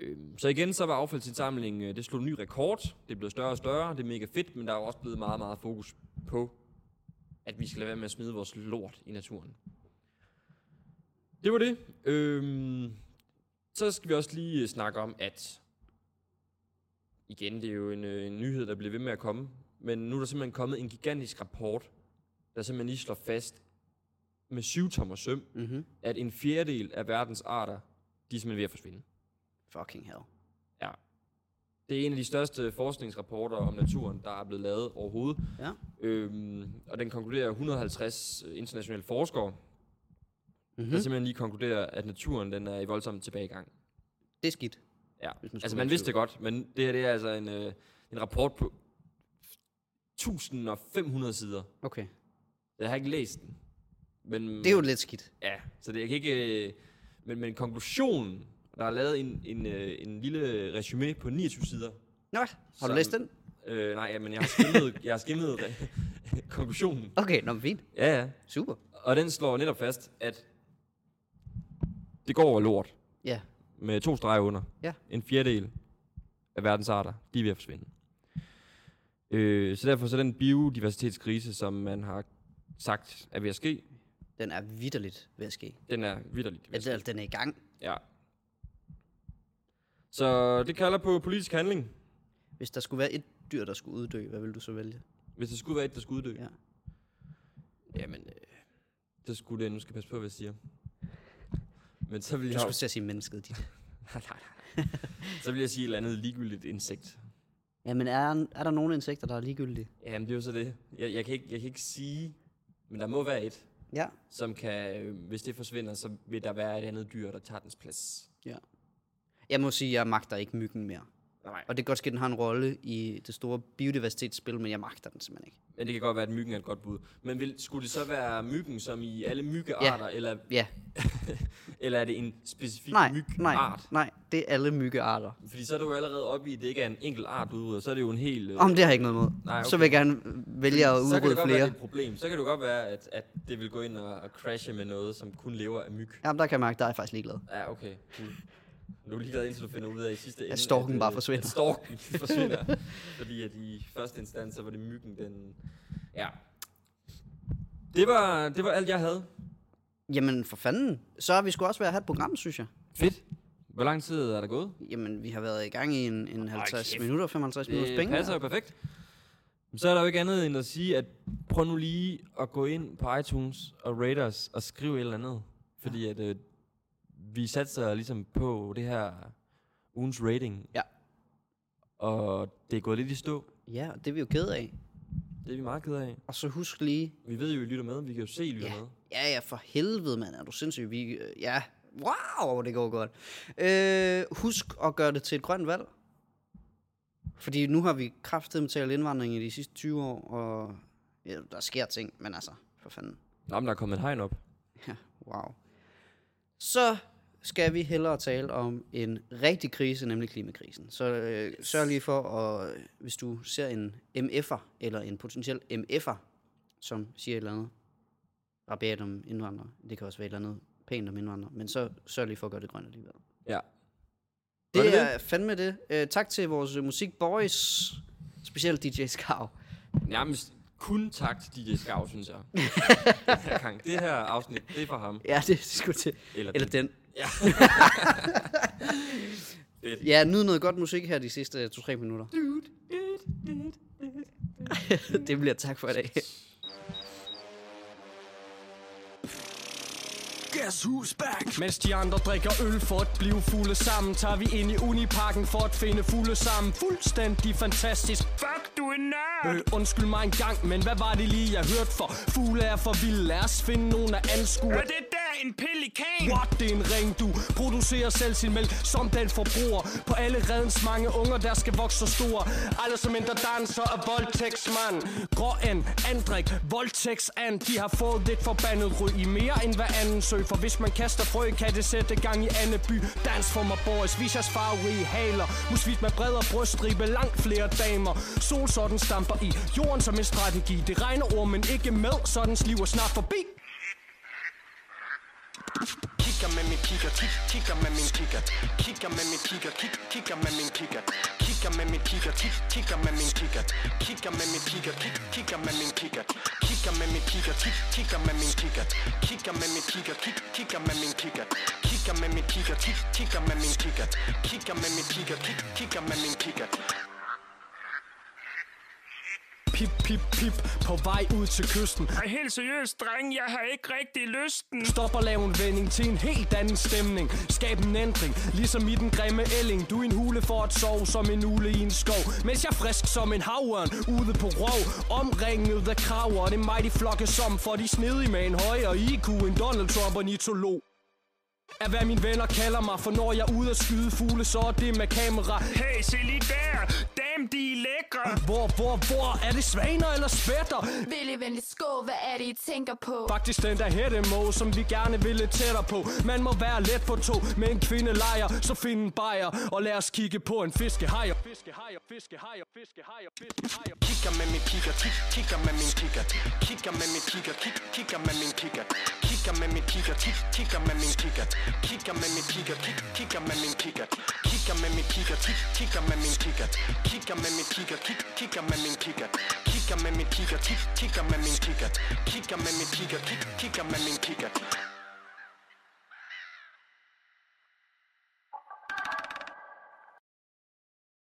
Speaker 1: Øhm, så igen, så var affaldsindsamlingen, øh, det slog en ny rekord. Det blev større og større, det er mega fedt, men der er jo også blevet meget, meget fokus på, at vi skal lade være med at smide vores lort i naturen. Det var det. Øhm, så skal vi også lige øh, snakke om, at igen, det er jo en, øh, en nyhed, der bliver ved med at komme, men nu er der simpelthen kommet en gigantisk rapport, der simpelthen lige slår fast med syv tommer søm,
Speaker 2: Mm-hmm.
Speaker 1: at en fjerdedel af verdens arter, de er simpelthen ved at forsvinde.
Speaker 2: Fucking hell.
Speaker 1: Ja. Det er en af de største forskningsrapporter om naturen, der er blevet lavet overhovedet.
Speaker 2: Ja.
Speaker 1: Øhm, og den konkluderer 150 internationale forskere, mm-hmm.
Speaker 2: Mm-hmm.
Speaker 1: der simpelthen lige konkluderer, at naturen den er i voldsom tilbagegang.
Speaker 2: Det er skidt.
Speaker 1: Ja.
Speaker 2: Hvis man skulle
Speaker 1: Altså
Speaker 2: være i
Speaker 1: man vidste det godt, men det her det er altså en, øh, en rapport på 1500 sider.
Speaker 2: Okay.
Speaker 1: Jeg har ikke læst den. Men,
Speaker 2: Det er jo lidt skidt.
Speaker 1: Ja, så det jeg kan ikke... øh, Men, men konklusionen, der er lavet en, en, øh, en lille resume på 29 sider.
Speaker 2: Nå, har du
Speaker 1: Som-
Speaker 2: læst den?
Speaker 1: Øh, nej, ja, men jeg har [LAUGHS] skimmet, jeg har skimmet re- [LAUGHS] konklusionen.
Speaker 2: Okay, nå, men fint.
Speaker 1: Ja, ja.
Speaker 2: Super.
Speaker 1: Og den slår netop fast, at det går over lort
Speaker 2: Ja,
Speaker 1: med to streger under.
Speaker 2: Ja.
Speaker 1: En fjerdedel af verdens arter, de er ved at forsvinde. Øh, så derfor så den biodiversitetskrise, som man har sagt er ved at ske,
Speaker 2: den er vidderligt ved at ske.
Speaker 1: den er vidderligt ved at ske.
Speaker 2: Altså, den er i gang.
Speaker 1: Ja. Så det kalder på politisk handling.
Speaker 2: Hvis der skulle være et dyr, der skulle uddø, hvad ville du så vælge?
Speaker 1: Hvis der skulle være et, der skulle uddø.
Speaker 2: Ja.
Speaker 1: Jamen, øh, så skulle det, nu skal jeg passe på, hvad jeg siger. Men så vil
Speaker 2: Du
Speaker 1: jeg,
Speaker 2: skulle til at sige mennesket dit.
Speaker 1: [LAUGHS] så vil jeg sige et eller andet ligegyldigt insekt.
Speaker 2: Jamen, er, er der nogle insekter, der er ligegyldige?
Speaker 1: Jamen, det er jo så det. Jeg, jeg, kan ikke, jeg kan ikke sige, men der må være et,
Speaker 2: Ja.
Speaker 1: som kan, øh, hvis det forsvinder, så vil der være et andet dyr, der tager dens plads.
Speaker 2: ja. Jeg må sige, at jeg magter ikke myggen mere.
Speaker 1: Nej.
Speaker 2: Og det kan godt ske, at den har en rolle i det store biodiversitetsspil, men jeg magter den simpelthen ikke.
Speaker 1: Men det kan godt være, at myggen er et godt bud. Men vil, skulle det så være myggen, som i alle myggearter, ja. eller,
Speaker 2: Ja,
Speaker 1: eller er det en specifik
Speaker 2: nej, nej,
Speaker 1: mygart?
Speaker 2: nej, det er alle myggearter.
Speaker 1: Fordi så er du jo allerede oppe i, at det ikke er en enkelt art, du udrydder, så er det jo en hel... Øh,
Speaker 2: Om det har jeg ikke noget imod.
Speaker 1: Nej, okay.
Speaker 2: Så vil jeg gerne vælge at
Speaker 1: så kan
Speaker 2: udrydde
Speaker 1: det godt
Speaker 2: flere.
Speaker 1: være, det er et problem. Så kan det godt være, at, at det vil gå ind og, og crashe med noget, som kun lever af myg.
Speaker 2: Jamen, der kan jeg mærke, der er jeg faktisk ligeglad.
Speaker 1: Ja, okay. Cool. Du er ligeglad, indtil du finder ud af i sidste ende...
Speaker 2: storken
Speaker 1: at, øh,
Speaker 2: bare forsvinder.
Speaker 1: At storken [LAUGHS] forsvinder. fordi at i første instans, så var det myggen, den... Ja. Det var, det var alt, jeg havde.
Speaker 2: Jamen, for fanden. Så er vi sgu også ved at have et program, synes jeg.
Speaker 1: Fedt. Hvor lang tid er der gået?
Speaker 2: Jamen, vi har været i gang i en, en 50
Speaker 1: kæft.
Speaker 2: minutter, 55 minutters
Speaker 1: Det
Speaker 2: penge.
Speaker 1: passer jo perfekt. Men Så er der jo ikke andet end at sige, at prøv nu lige at gå ind på iTunes og rate os og skrive et eller andet. Fordi at øh, vi satser ligesom på det her ugens rating.
Speaker 2: Ja.
Speaker 1: Og det er gået lidt i stå.
Speaker 2: Ja, og det er vi jo kede af.
Speaker 1: Det er vi meget ked af.
Speaker 2: Og så husk lige...
Speaker 1: Vi ved jo, I lytter med. Vi kan jo se, I lytter
Speaker 2: Ja,
Speaker 1: med.
Speaker 2: ja, ja for helvede, mand. Er du sindssyg? Vi, øh, ja, wow, det går godt. Øh, husk at gøre det til et grønt valg. Fordi nu har vi kraftet med talt indvandring i de sidste 20 år, og ja, der sker ting, men altså, for fanden.
Speaker 1: Nå, men der er kommet en hegn op.
Speaker 2: Ja, wow. Så skal vi hellere tale om en rigtig krise, nemlig klimakrisen. Så øh, sørg lige for, at, øh, hvis du ser en MF'er, eller en potentiel MF'er, som siger et eller andet, rabat om indvandrere, det kan også være et eller andet pænt om indvandrere, men så sørg lige for at gøre det grønt alligevel.
Speaker 1: Ja. Var
Speaker 2: Det,
Speaker 1: det
Speaker 2: det
Speaker 1: det?
Speaker 2: er fandme det. Øh, tak til vores øh, musik boys, specielt DJ Skarv.
Speaker 1: Nærmest kun tak til DJ Skav, synes
Speaker 2: [LAUGHS]
Speaker 1: jeg. Den her gang. Det her afsnit, det er for ham.
Speaker 2: Ja, det skulle til.
Speaker 1: Eller,
Speaker 2: Eller den. [LAUGHS]
Speaker 1: Ja. Fedt.
Speaker 2: ja, nyd noget godt musik her de sidste 2-3 minutter. [LAUGHS] det bliver tak for i dag.
Speaker 3: Guess who's back? Mens de andre drikker øl for at blive fulde sammen Tager vi ind i uniparken for at finde fulde sammen Fuldstændig fantastisk Fuck, du er nær øh, Undskyld mig en gang, men hvad var det lige jeg hørte for? Fugle er for vilde, lad os finde nogen at anskue
Speaker 4: Er det der en pelikan?
Speaker 3: What, det er en ring, du producerer selv sin mælk Som den forbruger På alle redens mange unger, der skal vokse så store Alle som mindre danser og voldtægtsmand Gråen, andrik, voldtægtsand De har fået lidt forbandet ryg i mere end hver anden sø For hvis man kaster frø, kan det sætte gang i andet by Dans for mig, boys, vis jeres farverige haler Musvit med bredere bryststribe, langt flere damer Solsorten stamper i jorden som en strategi Det regner ord, men ikke med, så dens liv er snart forbi Kigger med min kigger, kig, kigger med min kigger Kigger med min kigger, kig, kigger med min kigger Kigger med min kigger, kig, kigger med min kigger Kigger med min kigger, kig, kigger med min kigger Kigger med min kigger, kig, kigger med min kigger Kigger med min kigger, kig, kigger med min kigger Kigger med min kigger, kig, kigger med min kigger Kigger med min kigger, kig, kigger med min kigger Pip, pip, pip på vej ud til kysten
Speaker 4: Ej, helt seriøst, dreng, jeg har ikke rigtig lysten.
Speaker 3: Stop og lav en vending til en helt anden stemning Skab en ændring, ligesom i den grimme ælling Du er en hule for at sove som en ule i en skov Mens jeg er frisk som en havørn ude på rov Omringet af kraver, det er mig de flokke som For de er snedige med en højere IQ end Donald Trump og nitolog er hvad mine venner kalder mig For når jeg er ude at skyde fugle Så er det med kamera
Speaker 4: Hey, se lige der. Damn, de er lækre.
Speaker 3: Hvor, hvor, hvor Er det svaner eller spætter?
Speaker 5: Vil I venligt skå, hvad er det, I tænker på?
Speaker 3: Faktisk den der hættemo, som vi gerne ville tættere på Man må være let på to, med en kvinde lejer Så find en bajer, og lad os kigge på en fiskehajer Fiskehajer, fiskehajer, fiskehajer, fiskehajer Kigger med min kigger, kig, kigger med min kigger Kigger med min kigger, kig, kigger med min kigger Kigger med min kigger, kig, kigger med min kigger Kigger med min kigger, kig, kigger med min kigger Kigger med min kigger, kig, kigger med min kigger Kigger med min kigger, kig, kigger med min kigger Kigger med min kigger, kig, kigger med min kigger Kigger med min kigger, kig, kigger med min kigger